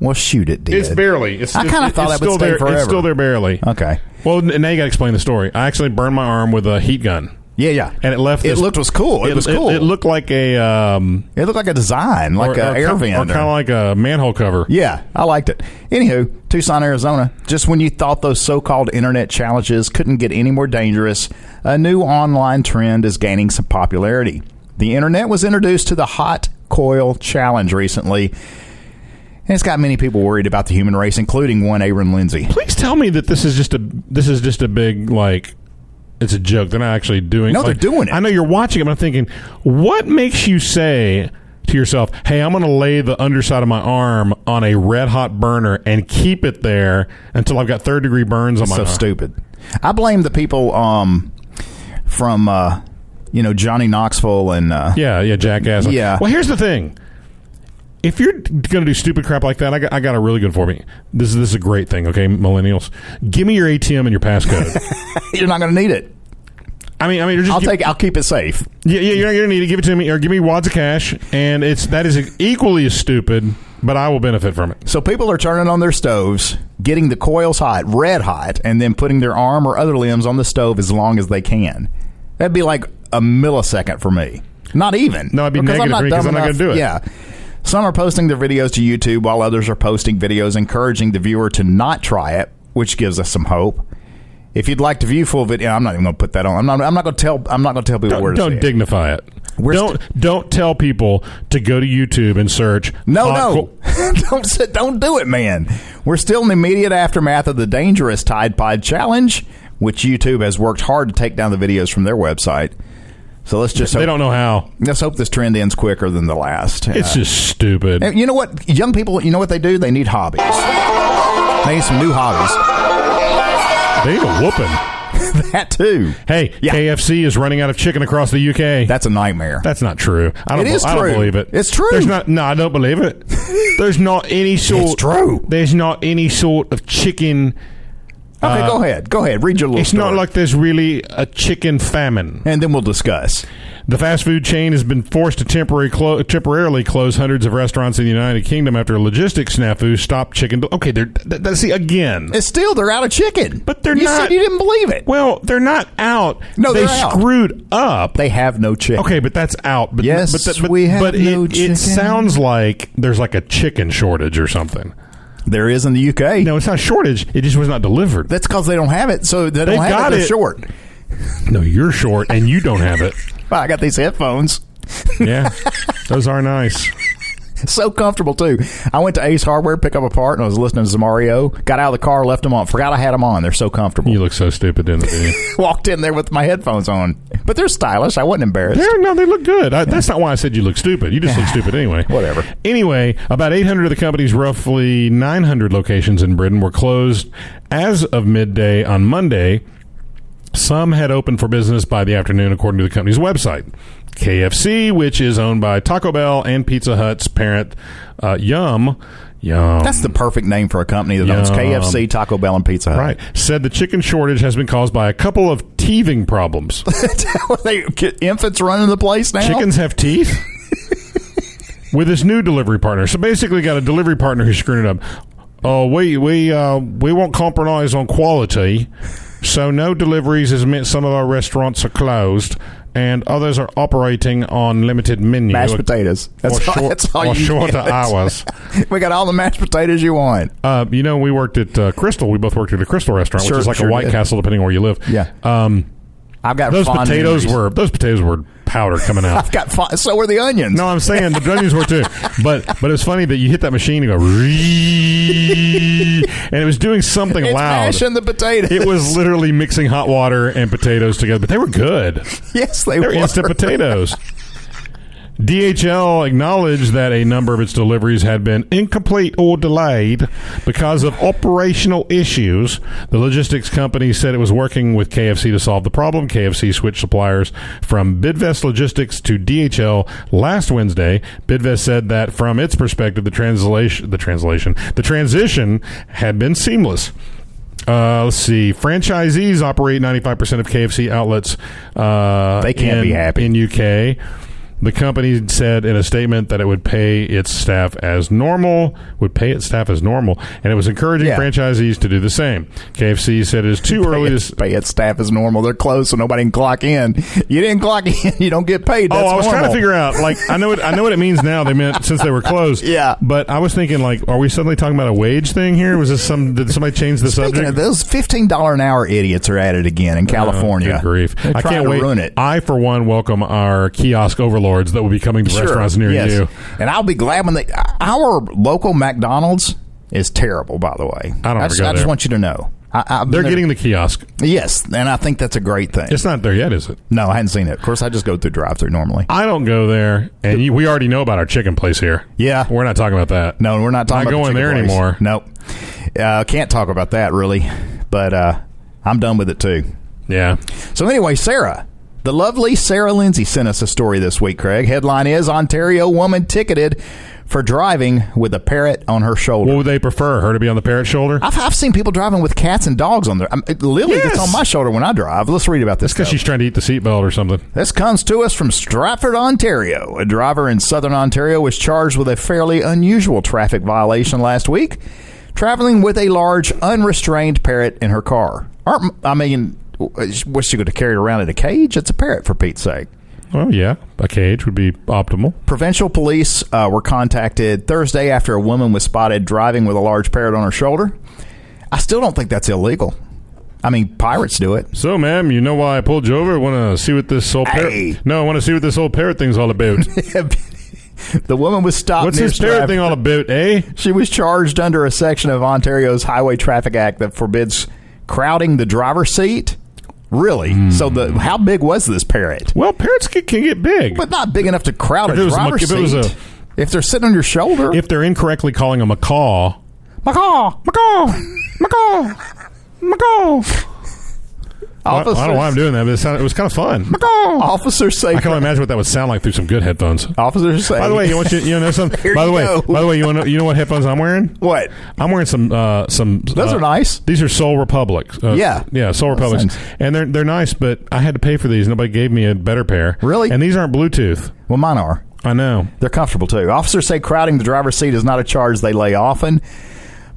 Speaker 5: Well, shoot, it did.
Speaker 6: It's barely. It's,
Speaker 5: I
Speaker 6: it's-
Speaker 5: kinda
Speaker 6: it's
Speaker 5: thought that would
Speaker 6: still
Speaker 5: stay
Speaker 6: there.
Speaker 5: forever.
Speaker 6: It's still there barely.
Speaker 5: Okay.
Speaker 6: Well, n- now you got to explain the story. I actually burned my arm with a heat gun,
Speaker 5: Yeah, yeah.
Speaker 6: and it left.
Speaker 5: It
Speaker 6: this-
Speaker 5: looked was cool. It, was cool.
Speaker 6: It, looked like a um,
Speaker 5: It looked like a design, like
Speaker 6: or,
Speaker 5: a
Speaker 6: or
Speaker 5: air
Speaker 6: kind,
Speaker 5: vent.
Speaker 6: or kind of like a manhole cover.
Speaker 5: Yeah, I liked it. Anywho, Tucson, Arizona, just when you thought those so called internet challenges couldn't get any more dangerous, a new online trend is gaining some popularity. The internet was introduced to the hot coil challenge recently, and it's got many people worried about the human race, including one Aaron Lindsay.
Speaker 6: Please tell me that this is just a this is just a big like. It's a joke. They're not actually doing.
Speaker 5: No, they're
Speaker 6: like-
Speaker 5: doing it.
Speaker 6: I know you're watching it. But I'm thinking, what makes you say to yourself, "Hey, I'm going to lay the underside of my arm on a red hot burner and keep it there until I've got third degree burns on my
Speaker 5: so
Speaker 6: arm."
Speaker 5: stupid. I blame the people um, from, uh, you know, Johnny Knoxville and. Uh,
Speaker 6: Yeah, yeah, jackass.
Speaker 5: Yeah.
Speaker 6: Well, here's the thing. If you're going to do stupid crap like that, I got, I got a really good for me. This is this is a great thing, okay, millennials. Give me your ATM and your passcode.
Speaker 5: You're not going to need it.
Speaker 6: I mean, I mean, you're just
Speaker 5: I'll
Speaker 6: gi-
Speaker 5: take. I'll keep it safe.
Speaker 6: Yeah, yeah, you're not going to need to give it to me or give me wads of cash, and it's that is equally as stupid, but I will benefit from it.
Speaker 5: So people are turning on their stoves, getting the coils hot, red hot, and then putting their arm or other limbs on the stove as long as they can. That'd be like a millisecond for me. Not even.
Speaker 6: No, it'd be negative for me 'cause
Speaker 5: dumb
Speaker 6: I'm not gonna
Speaker 5: enough-
Speaker 6: do it.
Speaker 5: Yeah. Some are posting their videos to YouTube while others are posting videos encouraging the viewer to not try it, which gives us some hope. If you'd like to view full video, I'm not even going to put that on. I'm not. I'm not going to tell. I'm not going to tell people where
Speaker 6: Don't,
Speaker 5: to see
Speaker 6: don't
Speaker 5: it.
Speaker 6: dignify it.
Speaker 5: We're
Speaker 6: don't don't tell people to go to YouTube and search.
Speaker 5: No,
Speaker 6: hot
Speaker 5: no,
Speaker 6: co-
Speaker 5: don't sit, don't do it, man. We're still in the immediate aftermath of the dangerous Tide Pod challenge, which YouTube has worked hard to take down the videos from their website. So let's just
Speaker 6: they
Speaker 5: hope,
Speaker 6: don't know how.
Speaker 5: let's hope this trend ends quicker than the last.
Speaker 6: It's
Speaker 5: Uh,
Speaker 6: just stupid.
Speaker 5: and you know what, young people, you know what they do? They need hobbies. They need some new hobbies.
Speaker 6: They need a whooping.
Speaker 5: that too.
Speaker 6: Hey,
Speaker 5: Yeah.
Speaker 6: KFC is running out of chicken across the UK.
Speaker 5: That's a nightmare.
Speaker 6: That's not true. I don't,
Speaker 5: It is
Speaker 6: I don't
Speaker 5: true.
Speaker 6: believe it.
Speaker 5: It's true.
Speaker 6: There's not. No, I don't believe it. There's not any sort.
Speaker 5: true.
Speaker 6: There's not any sort of chicken.
Speaker 5: okay, go ahead. Go ahead. Read your little
Speaker 6: uh, It's
Speaker 5: story.
Speaker 6: not like there's really a chicken famine.
Speaker 5: and then we'll discuss.
Speaker 6: The fast food chain has been forced to temporary clo- temporarily close hundreds of restaurants in the United Kingdom after a logistics snafu stopped chicken. del- Okay, they're th- th- see again.
Speaker 5: It's still they're out of chicken.
Speaker 6: But they're
Speaker 5: you
Speaker 6: not-
Speaker 5: said you didn't believe it.
Speaker 6: Well, they're not out.
Speaker 5: No,
Speaker 6: they
Speaker 5: they're out.
Speaker 6: screwed up.
Speaker 5: They have no chicken.
Speaker 6: Okay, but that's out. But
Speaker 5: Yes,
Speaker 6: but, but,
Speaker 5: we have
Speaker 6: but
Speaker 5: no
Speaker 6: it,
Speaker 5: chicken.
Speaker 6: it sounds like there's like a chicken shortage or something.
Speaker 5: There is in the UK.
Speaker 6: No, it's not a shortage. It just was not delivered.
Speaker 5: That's because they don't have it, so they don't
Speaker 6: They
Speaker 5: have
Speaker 6: got
Speaker 5: it. They're
Speaker 6: it.
Speaker 5: short.
Speaker 6: No, you're short and you don't have it.
Speaker 5: Wow, I got these headphones.
Speaker 6: Yeah, those are nice.
Speaker 5: So comfortable too. I went to Ace Hardware pick up a part, and I was listening to some REO. Got out of the car, left them on. Forgot I had them on. They're so comfortable.
Speaker 6: You look so stupid in it.
Speaker 5: Walked in there with my headphones on, but they're stylish. I wasn't embarrassed.
Speaker 6: They're, no, they look good. I, that's not why I said you look stupid. You just look stupid anyway.
Speaker 5: Whatever.
Speaker 6: Anyway, about 800 of the company's roughly 900 locations in Britain were closed as of midday on Monday. Some had opened for business by the afternoon, according to the company's website. KFC, which is owned by Taco Bell and Pizza Hut's parent, uh, Yum, Yum,
Speaker 5: That's the perfect name for a company that owns
Speaker 6: Yum.
Speaker 5: KFC, Taco Bell, and Pizza Hut.
Speaker 6: right, said the chicken shortage has been caused by a couple of teething problems.
Speaker 5: Were they get infants running the place now?
Speaker 6: Chickens have teeth? With his new delivery partner. So basically got a delivery partner who's screwing it up. Oh, we we uh, we won't compromise on quality. So no deliveries has meant some of our restaurants are closed and others are operating on limited menu.
Speaker 5: Mashed potatoes. That's
Speaker 6: or
Speaker 5: all-
Speaker 6: short,
Speaker 5: that's all
Speaker 6: or
Speaker 5: you
Speaker 6: short
Speaker 5: get.
Speaker 6: hours.
Speaker 5: we got all the mashed potatoes you want.
Speaker 6: Uh, you know, we worked at uh, Crystal. We both worked at a Crystal restaurant,
Speaker 5: Sure,
Speaker 6: which is like
Speaker 5: sure
Speaker 6: a White
Speaker 5: did.
Speaker 6: Castle, depending on where you live.
Speaker 5: Yeah.
Speaker 6: Um,
Speaker 5: I've got
Speaker 6: those
Speaker 5: fond
Speaker 6: potatoes
Speaker 5: memories.
Speaker 6: were those potatoes were powder coming out.
Speaker 5: I've got fond, so were the onions.
Speaker 6: No, I'm saying the drummies were too. But but it's funny that you hit that machine and go, "Ree," and it was doing something
Speaker 5: it's
Speaker 6: loud.
Speaker 5: mashing the potatoes.
Speaker 6: It was literally mixing hot water and potatoes together, but they were good.
Speaker 5: yes, they
Speaker 6: They're
Speaker 5: were.
Speaker 6: instant potatoes. DHL acknowledged that a number of its deliveries had been incomplete or delayed because of operational issues. The logistics company said it was working with KFC to solve the problem. KFC switched suppliers from Bidvest Logistics to DHL last Wednesday. Bidvest said that from its perspective, the translation, the translation, the transition had been seamless. Uh, let's see. Franchisees operate 95% of KFC outlets. Uh,
Speaker 5: They can't
Speaker 6: in-
Speaker 5: be happy.
Speaker 6: in UK. The company said in a statement that it would pay its staff as normal, would pay its staff as normal, and it was encouraging
Speaker 5: Yeah.
Speaker 6: franchisees to do the same. KFC said it is too early
Speaker 5: Pay
Speaker 6: to.
Speaker 5: its,
Speaker 6: s-
Speaker 5: pay its staff as normal. They're closed, so nobody can clock in. You didn't clock in, you don't get paid. That's
Speaker 6: oh, I was trying to
Speaker 5: normal.
Speaker 6: figure out. Like, I know, it, I know what it means now. They meant since they were closed.
Speaker 5: Yeah.
Speaker 6: But I was thinking, like, are we suddenly talking about a wage thing here? Was this some? Did somebody change the
Speaker 5: Speaking
Speaker 6: subject?
Speaker 5: of those fifteen dollar an hour idiots are at it again in California.
Speaker 6: Oh, Good grief!
Speaker 5: They're
Speaker 6: I
Speaker 5: trying
Speaker 6: can't
Speaker 5: to
Speaker 6: wait.
Speaker 5: ruin it.
Speaker 6: I, for one, welcome our kiosk overlords that will be coming to restaurants near
Speaker 5: yes.
Speaker 6: you.
Speaker 5: And I'll be glad when they. Our local McDonald's is terrible, by the way.
Speaker 6: I don't ever
Speaker 5: just,
Speaker 6: go
Speaker 5: I just
Speaker 6: there.
Speaker 5: want you to know. I, I've
Speaker 6: They're
Speaker 5: been
Speaker 6: getting the kiosk.
Speaker 5: there. yes, and I think that's a great thing.
Speaker 6: It's not there yet, is it?
Speaker 5: no, I hadn't seen it. Of course, I just go through drive-through normally.
Speaker 6: I don't go there, and you, we already know about our chicken place here.
Speaker 5: Yeah.
Speaker 6: we're not talking about that.
Speaker 5: No, we're not talking
Speaker 6: Not
Speaker 5: about the
Speaker 6: going there
Speaker 5: chicken place.
Speaker 6: anymore.
Speaker 5: Nope. Uh, can't talk about that really. But uh, I'm done with it too.
Speaker 6: Yeah,
Speaker 5: So anyway, Sarah, the lovely Sarah Lindsay sent us a story this week. Craig headline is Ontario woman ticketed for driving with a parrot on her shoulder.
Speaker 6: what would they prefer? Her to be on the parrot shoulder?
Speaker 5: I've, I've seen people driving with cats and dogs on their. Um, Lily gets
Speaker 6: Yes.
Speaker 5: on my shoulder when I drive. Let's read about this.
Speaker 6: That's because
Speaker 5: though.
Speaker 6: she's trying to eat the seatbelt or something.
Speaker 5: This comes to us from Stratford, Ontario. A driver in southern Ontario was charged with a fairly unusual traffic violation last week, traveling with a large, unrestrained parrot in her car. Aren't, I mean, what's she going to carry it around in a cage? It's a parrot, for Pete's sake.
Speaker 6: Oh yeah, a cage would be optimal.
Speaker 5: Provincial police uh, were contacted Thursday after a woman was spotted driving with a large parrot on her shoulder. I still don't think that's illegal. I mean, pirates do it.
Speaker 6: So, ma'am, you know why I pulled you over? I want to see what this old parrot.
Speaker 5: Hey.
Speaker 6: No, I want to see what this old parrot thing's all about.
Speaker 5: the woman was stopped.
Speaker 6: What's
Speaker 5: near
Speaker 6: this parrot
Speaker 5: Stratford-
Speaker 6: thing all about, eh?
Speaker 5: She was charged under a section of Ontario's Highway Traffic Act that forbids crowding the driver's seat. Really?
Speaker 6: Hmm.
Speaker 5: So the how big was this parrot?
Speaker 6: Well, parrots can, can get big.
Speaker 5: But not big enough to crowd
Speaker 6: If
Speaker 5: a
Speaker 6: it was a
Speaker 5: driver's
Speaker 6: monkey- if it was
Speaker 5: seat. if they're sitting on your shoulder,
Speaker 6: if they're incorrectly calling a macaw,
Speaker 5: macaw,
Speaker 6: macaw, macaw, macaw. I, I
Speaker 5: officers,
Speaker 6: don't know why I'm doing that, but it, sounded, it was kind of fun. Macaw.
Speaker 5: officers say.
Speaker 6: I can only imagine what that would sound like through some good headphones.
Speaker 5: Officers say.
Speaker 6: By the way, you want you, you know something.
Speaker 5: Here
Speaker 6: By the
Speaker 5: you
Speaker 6: way,
Speaker 5: go.
Speaker 6: by the way, you want you know what headphones I'm wearing?
Speaker 5: what?
Speaker 6: I'm wearing some uh, some.
Speaker 5: Those
Speaker 6: uh,
Speaker 5: are nice.
Speaker 6: These are Soul Republics. Uh,
Speaker 5: Yeah.
Speaker 6: yeah, Soul Republics,
Speaker 5: nice.
Speaker 6: and they're they're nice, but I had to pay for these. Nobody gave me a better pair.
Speaker 5: Really?
Speaker 6: And these aren't Bluetooth.
Speaker 5: Well, mine are.
Speaker 6: I know.
Speaker 5: They're comfortable too. Officers say crowding the driver's seat is not a charge they lay often,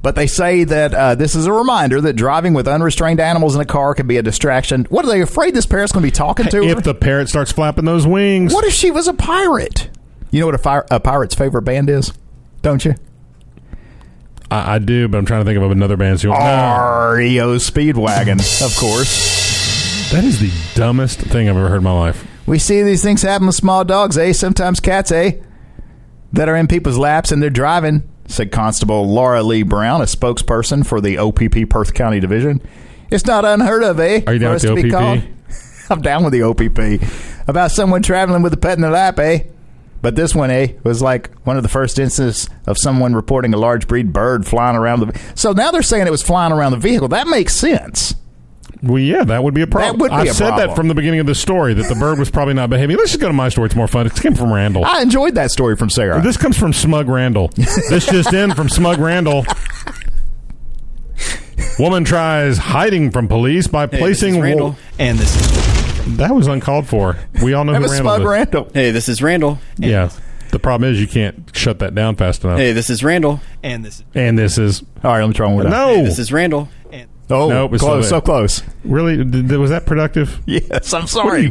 Speaker 5: but they say that uh, this is a reminder that driving with unrestrained animals in a car can be a distraction. What are they afraid this parrot's going to be talking to? her?
Speaker 6: If the parrot starts flapping those wings,
Speaker 5: what if she was a pirate? You know what a, fire, a pirate's favorite band is, don't you?
Speaker 6: I, I do, but I'm trying to think of another band. So you want- no,
Speaker 5: REO E Speedwagon, of course.
Speaker 6: that is the dumbest thing I've ever heard in my life.
Speaker 5: We see these things happen with small dogs, eh? Sometimes cats, eh? That are in people's laps and they're driving, said Constable Laura Lee Brown, a spokesperson for the OPP Perth County Division. It's not unheard of, eh?
Speaker 6: Are you down
Speaker 5: for
Speaker 6: with
Speaker 5: us
Speaker 6: the
Speaker 5: to be
Speaker 6: OPP?
Speaker 5: called- I'm down with the OPP. About someone traveling with a pet in their lap, eh? But this one, eh, was like one of the first instances of someone reporting a large breed bird flying around the. So now they're saying it was flying around the vehicle. That makes sense.
Speaker 6: Well, yeah, that would be a problem.
Speaker 5: That would be
Speaker 6: I've
Speaker 5: a
Speaker 6: said
Speaker 5: problem.
Speaker 6: that from the beginning of the story that the bird was probably not behaving. Let's just go to my story; it's more fun. It came from Randall.
Speaker 5: I enjoyed that story from Sarah.
Speaker 6: this comes from Smug Randall. this just in from Smug Randall. Woman tries hiding from police by
Speaker 1: Hey, this
Speaker 6: placing
Speaker 1: is
Speaker 6: wo-
Speaker 1: Randall. and this is
Speaker 6: that was uncalled for. We all know
Speaker 5: that
Speaker 6: who
Speaker 5: was
Speaker 6: Randall
Speaker 5: Smug
Speaker 6: is.
Speaker 5: Randall.
Speaker 1: Hey, this is Randall.
Speaker 6: Yeah. The problem is you can't shut that down fast enough.
Speaker 1: Hey, this is Randall.
Speaker 4: And this is
Speaker 6: And this is
Speaker 5: All right, let me try one more time.
Speaker 6: no.
Speaker 1: Hey, this is Randall.
Speaker 5: Oh,
Speaker 6: Nope, it's
Speaker 5: close,
Speaker 6: still
Speaker 5: so
Speaker 6: there.
Speaker 5: close.
Speaker 6: really th- th- was that productive?
Speaker 5: Yes, I'm
Speaker 6: What are
Speaker 5: sorry.
Speaker 6: you-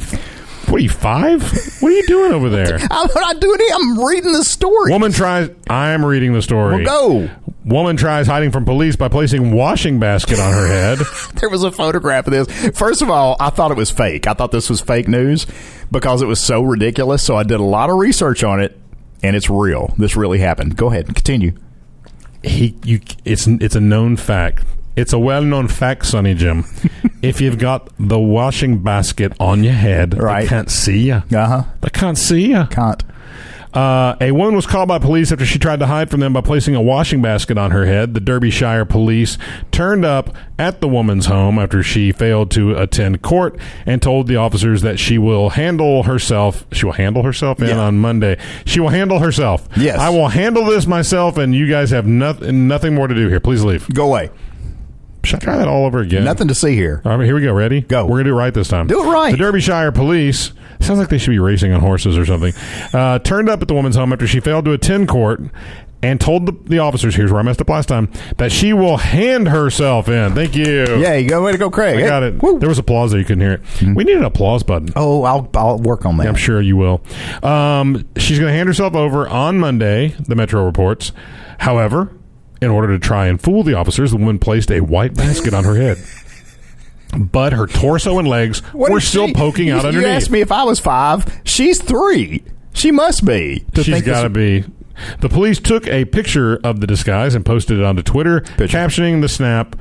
Speaker 6: What are you five? What are you doing over there?
Speaker 5: I'm not doing it. I'm reading the story.
Speaker 6: Woman tries. I'm reading the
Speaker 5: Well,
Speaker 6: story.
Speaker 5: go.
Speaker 6: Woman tries hiding from police by placing washing basket on her head.
Speaker 5: There was a photograph of this. First of all, I thought it was fake. I thought this was fake news because it was so ridiculous. So I did a lot of research on it, and it's real. This really happened. Go ahead, continue.
Speaker 6: He, you, it's it's a known fact. It's a well-known fact, Sonny Jim. if you've got the washing basket on your head,
Speaker 5: Right.
Speaker 6: they can't see you.
Speaker 5: Uh huh.
Speaker 6: They can't see you.
Speaker 5: Can't.
Speaker 6: Uh, a woman was called by police after she tried to hide from them by placing a washing basket on her head. The Derbyshire police turned up at the woman's home after she failed to attend court and told the officers that she will handle herself. She will handle herself in
Speaker 5: Yeah.
Speaker 6: on Monday. She will handle herself.
Speaker 5: Yes.
Speaker 6: I will handle this myself, and you guys have nothing, nothing more to do here. Please leave.
Speaker 5: Go away.
Speaker 6: Should I try that all over again?
Speaker 5: Nothing to see here.
Speaker 6: All right, here we go. Ready?
Speaker 5: Go.
Speaker 6: We're gonna do it right this time.
Speaker 5: Do it right.
Speaker 6: The Derbyshire police sounds like they should be racing on horses or something. Uh, turned up at the woman's home after she failed to attend court and told the, the officers, "Here's where I messed up last time, that she will hand herself in." Thank you.
Speaker 5: Yeah, you go. Way to go, Craig.
Speaker 6: I
Speaker 5: Hey,
Speaker 6: got it.
Speaker 5: woo. Hmm.
Speaker 6: There was applause there. You couldn't hear it. We need an applause button.
Speaker 5: Oh, I'll I'll work on that.
Speaker 6: I'm sure you will. Um, she's going to hand herself over on Monday, the Metro reports. However, in order to try and fool the officers, the woman placed a white basket on her head. But her torso and legs
Speaker 5: What
Speaker 6: were
Speaker 5: is
Speaker 6: still
Speaker 5: she-
Speaker 6: poking out
Speaker 5: you,
Speaker 6: underneath.
Speaker 5: You asked me if I was five. She's three. She must be. To
Speaker 6: She's
Speaker 5: think this-
Speaker 6: got to be. The police took a picture of the disguise and posted it onto Twitter,
Speaker 5: Picture.
Speaker 6: captioning the snap.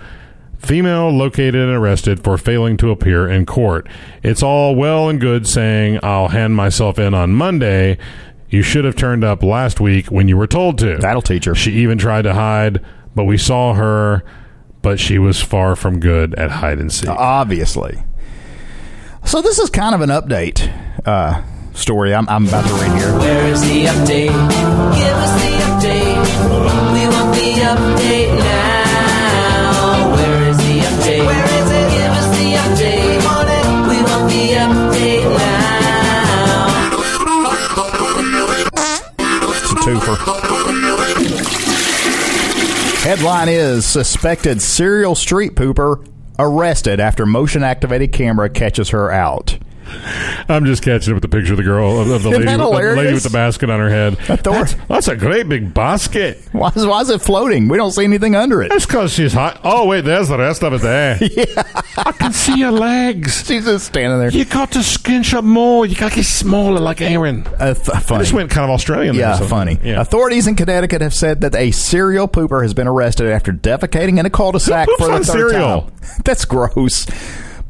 Speaker 6: Female located and arrested for failing to appear in court. It's all well and good saying, I'll hand myself in on Monday. You should have turned up last week when you were told to.
Speaker 5: That'll teach her.
Speaker 6: She even tried to hide, but we saw her, but she was far from good at hide and seek.
Speaker 5: obviously. So this is kind of an update uh, story. I'm, I'm about to read here.
Speaker 4: Where is the update? Give us the update. We want the update now. Where is the update? Where is it? Give us the update. We want it. We want the update now.
Speaker 5: It's a twofer. Headline is suspected serial street pooper arrested after motion activated camera catches her out.
Speaker 6: I'm just catching up with the picture of the girl, of, of the,
Speaker 5: Isn't
Speaker 6: lady,
Speaker 5: that
Speaker 6: with the lady
Speaker 5: hilarious?
Speaker 6: with the basket on her head.
Speaker 5: Thor-
Speaker 6: That's, that's a great big basket.
Speaker 5: Why is, why is it floating? We don't see anything under it.
Speaker 6: That's because she's hot. Oh, wait, there's the rest of it there. I can see your legs.
Speaker 5: She's just standing there.
Speaker 6: You got to skinch up more. You got to get smaller like Aaron.
Speaker 5: Uh, th-
Speaker 6: I
Speaker 5: funny.
Speaker 6: just went kind of Australian there.
Speaker 5: Yeah,
Speaker 6: so-
Speaker 5: funny.
Speaker 6: Yeah.
Speaker 5: Authorities in Connecticut have said that a serial pooper has been arrested after defecating in a cul-de-sac
Speaker 6: Who poops
Speaker 5: for the
Speaker 6: on
Speaker 5: third
Speaker 6: cereal?
Speaker 5: time. That's gross.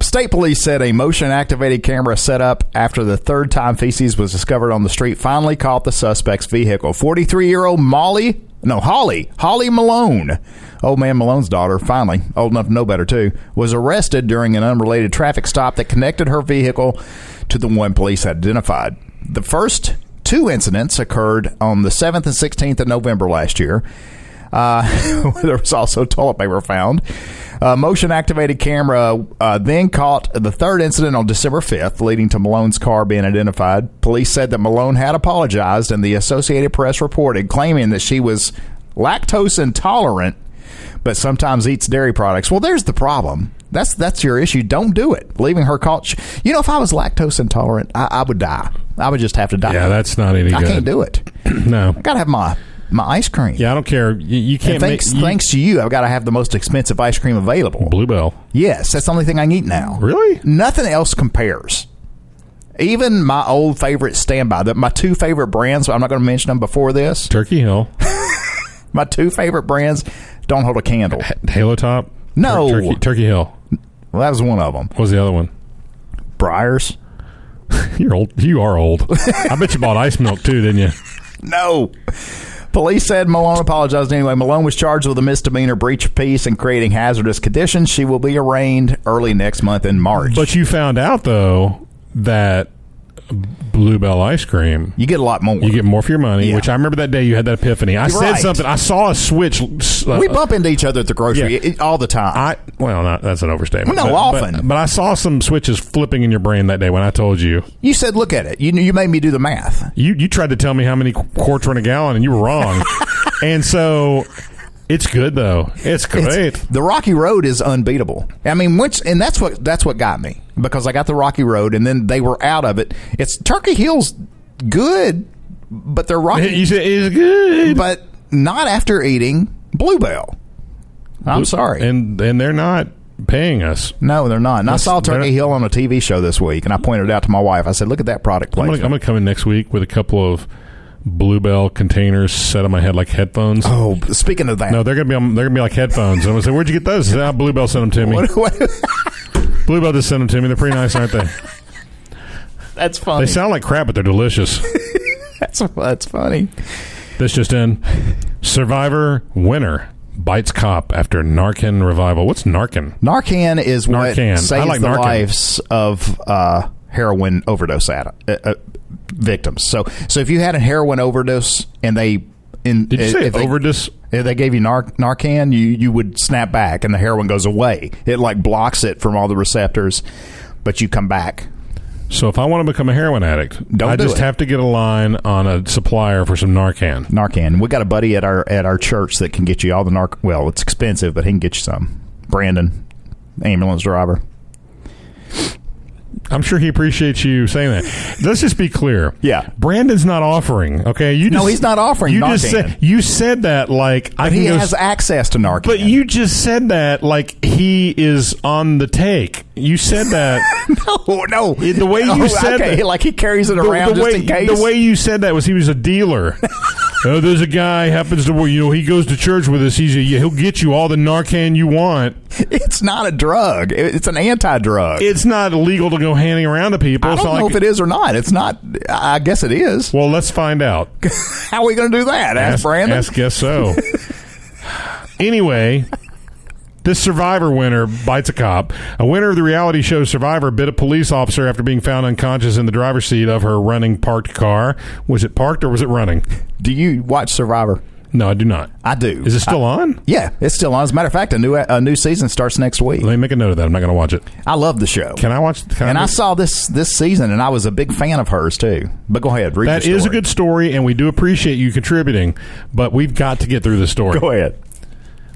Speaker 5: State police said a motion-activated camera set up after the third time feces was discovered on the street finally caught the suspect's vehicle. Forty-three-year-old Molly, no Holly, Holly Malone, old man Malone's daughter, finally old enough to know better too, was arrested during an unrelated traffic stop that connected her vehicle to the one police had identified. The first two incidents occurred on the 7th and 16th of November last year. Uh, there was also toilet paper found. A motion activated camera uh, then caught the third incident on December 5th, leading to Malone's car being identified. Police said that Malone had apologized, and the Associated Press reported, claiming that she was lactose intolerant but sometimes eats dairy products. Well, there's the problem. That's that's your issue. Don't do it. Leaving her caught. sh- You know, if I was lactose intolerant, I, I would die. I would just have to die.
Speaker 6: Yeah, that's not any
Speaker 5: I
Speaker 6: good.
Speaker 5: can't do it.
Speaker 6: No.
Speaker 5: I gotta have my my ice cream.
Speaker 6: Yeah, I don't care. You, you can't
Speaker 5: And thanks,
Speaker 6: make you-
Speaker 5: thanks to you, I've got to have the most expensive ice cream available.
Speaker 6: Bluebell.
Speaker 5: Yes, that's the only thing I can eat now.
Speaker 6: Really?
Speaker 5: Nothing else compares. Even my old favorite standby, the, my two favorite brands, I'm not going to mention them before this.
Speaker 6: Turkey Hill.
Speaker 5: My two favorite brands don't hold a candle.
Speaker 6: Halo Top.
Speaker 5: No.
Speaker 6: Tur- Turkey, Turkey Hill.
Speaker 5: Well, that was one of them.
Speaker 6: What was the other one?
Speaker 5: Briars?
Speaker 6: You're old. You are old. I bet you bought ice milk too, didn't you?
Speaker 5: No. Police said Malone apologized anyway. Malone was charged with a misdemeanor breach of peace and creating hazardous conditions. She will be arraigned early next month in March.
Speaker 6: But you found out though that Bluebell ice cream
Speaker 5: you get a lot more.
Speaker 6: You get more for your money,
Speaker 5: Yeah.
Speaker 6: which I remember that day you had that epiphany. I said
Speaker 5: right.
Speaker 6: something. I saw a switch. uh,
Speaker 5: we bump into each other at the grocery
Speaker 6: Yeah.
Speaker 5: all the time.
Speaker 6: I well, not, that's an overstatement.
Speaker 5: No,
Speaker 6: but,
Speaker 5: often.
Speaker 6: But, but I saw some switches flipping in your brain that day when I told you.
Speaker 5: You said, "Look at it." You you made me do the math.
Speaker 6: You you tried to tell me how many qu- quarts were in a gallon, and you were wrong. and so It's good though. It's great.
Speaker 5: It's- the Rocky Road is unbeatable. I mean, once and that's what that's what got me because I got the Rocky Road, and then they were out of it. It's Turkey Hill's good, but they're
Speaker 6: you
Speaker 5: Rocky,
Speaker 6: said it's good.
Speaker 5: but not after eating Bluebell. I'm sorry.
Speaker 6: And and they're not paying us.
Speaker 5: no, they're not. And I saw
Speaker 6: they're-
Speaker 5: Turkey Hill on a TV show this week, and I pointed out to my wife. I said, "Look at that product
Speaker 6: I'm gonna, I'm
Speaker 5: placement."
Speaker 6: gonna come in next week with a couple of bluebell containers set on my head like headphones.
Speaker 5: oh, speaking of that,
Speaker 6: No, they're gonna be on, they're gonna be like headphones. I'm gonna say, where'd you get those? They said, "Ah, Bluebell sent them to me.
Speaker 5: what, what,
Speaker 6: Bluebell just sent them to me. They're pretty nice, aren't they?
Speaker 5: that's
Speaker 6: They
Speaker 5: funny.
Speaker 6: sound like crap, but they're delicious.
Speaker 5: that's that's funny.
Speaker 6: This just in: Survivor winner bites cop after Narcan revival. What's Narcan?
Speaker 5: Narcan is what
Speaker 6: Narcan. I
Speaker 5: saves
Speaker 6: like
Speaker 5: the
Speaker 6: Narcan.
Speaker 5: lives of uh, heroin overdose ad- uh, uh, victims. So, so if you had a heroin overdose and they in,
Speaker 6: Did you
Speaker 5: if
Speaker 6: say
Speaker 5: they,
Speaker 6: overdose?
Speaker 5: If they gave you nar- Narcan, you you would snap back, and the heroin goes away. It like blocks it from all the receptors, but you come back.
Speaker 6: So if I want to become a heroin addict,
Speaker 5: Don't
Speaker 6: I
Speaker 5: do
Speaker 6: just
Speaker 5: it.
Speaker 6: have to get a line on a supplier for some Narcan.
Speaker 5: Narcan. We got a buddy at our at our church that can get you all the narc. Well, it's expensive, but he can get you some. Brandon, ambulance driver.
Speaker 6: I'm sure he appreciates you saying that. Let's just be clear.
Speaker 5: Yeah.
Speaker 6: Brandon's not offering. Okay, you
Speaker 5: No,
Speaker 6: just-
Speaker 5: he's not offering
Speaker 6: You
Speaker 5: Narcan.
Speaker 6: just said you said that like I
Speaker 5: But
Speaker 6: can
Speaker 5: he
Speaker 6: go
Speaker 5: has access to Narcan.
Speaker 6: But you just said that like he is on the take. You said that
Speaker 5: Oh no!
Speaker 6: It- the way you
Speaker 5: Oh,
Speaker 6: said
Speaker 5: okay,
Speaker 6: that-
Speaker 5: like he carries it
Speaker 6: the,
Speaker 5: around
Speaker 6: the
Speaker 5: just
Speaker 6: way
Speaker 5: in case.
Speaker 6: the way you said that was he was a dealer. oh, there's a guy happens to you know he goes to church with us. He's a, he'll get you all the Narcan you want.
Speaker 5: it's not a drug; It- it's an anti-drug.
Speaker 6: It's not illegal to go handing around to people.
Speaker 5: I
Speaker 6: It's
Speaker 5: don't
Speaker 6: not
Speaker 5: know
Speaker 6: like-
Speaker 5: if it is or not. It's not. I guess it is.
Speaker 6: Well, let's find out.
Speaker 5: How are we going to do that? Ask, Brandon.
Speaker 6: Ask guess so. anyway, this Survivor winner bites a cop. A winner of the reality show Survivor bit a police officer after being found unconscious in the driver's seat of her running parked car. Was it parked or was it running?
Speaker 5: do you watch Survivor?
Speaker 6: No, I do not.
Speaker 5: I do.
Speaker 6: Is it still on?
Speaker 5: yeah, it's still on. As a matter of fact, a new a new season starts next week.
Speaker 6: Let me make a note of that. I'm not going to watch it.
Speaker 5: I love the show,
Speaker 6: Can I watch? Can
Speaker 5: and I
Speaker 6: watch-
Speaker 5: saw this this season, and I was a big fan of hers too. But go ahead, read
Speaker 6: that
Speaker 5: your
Speaker 6: is a
Speaker 5: story.
Speaker 6: good story, and we do appreciate you contributing. But we've got to get through this story.
Speaker 5: Go ahead.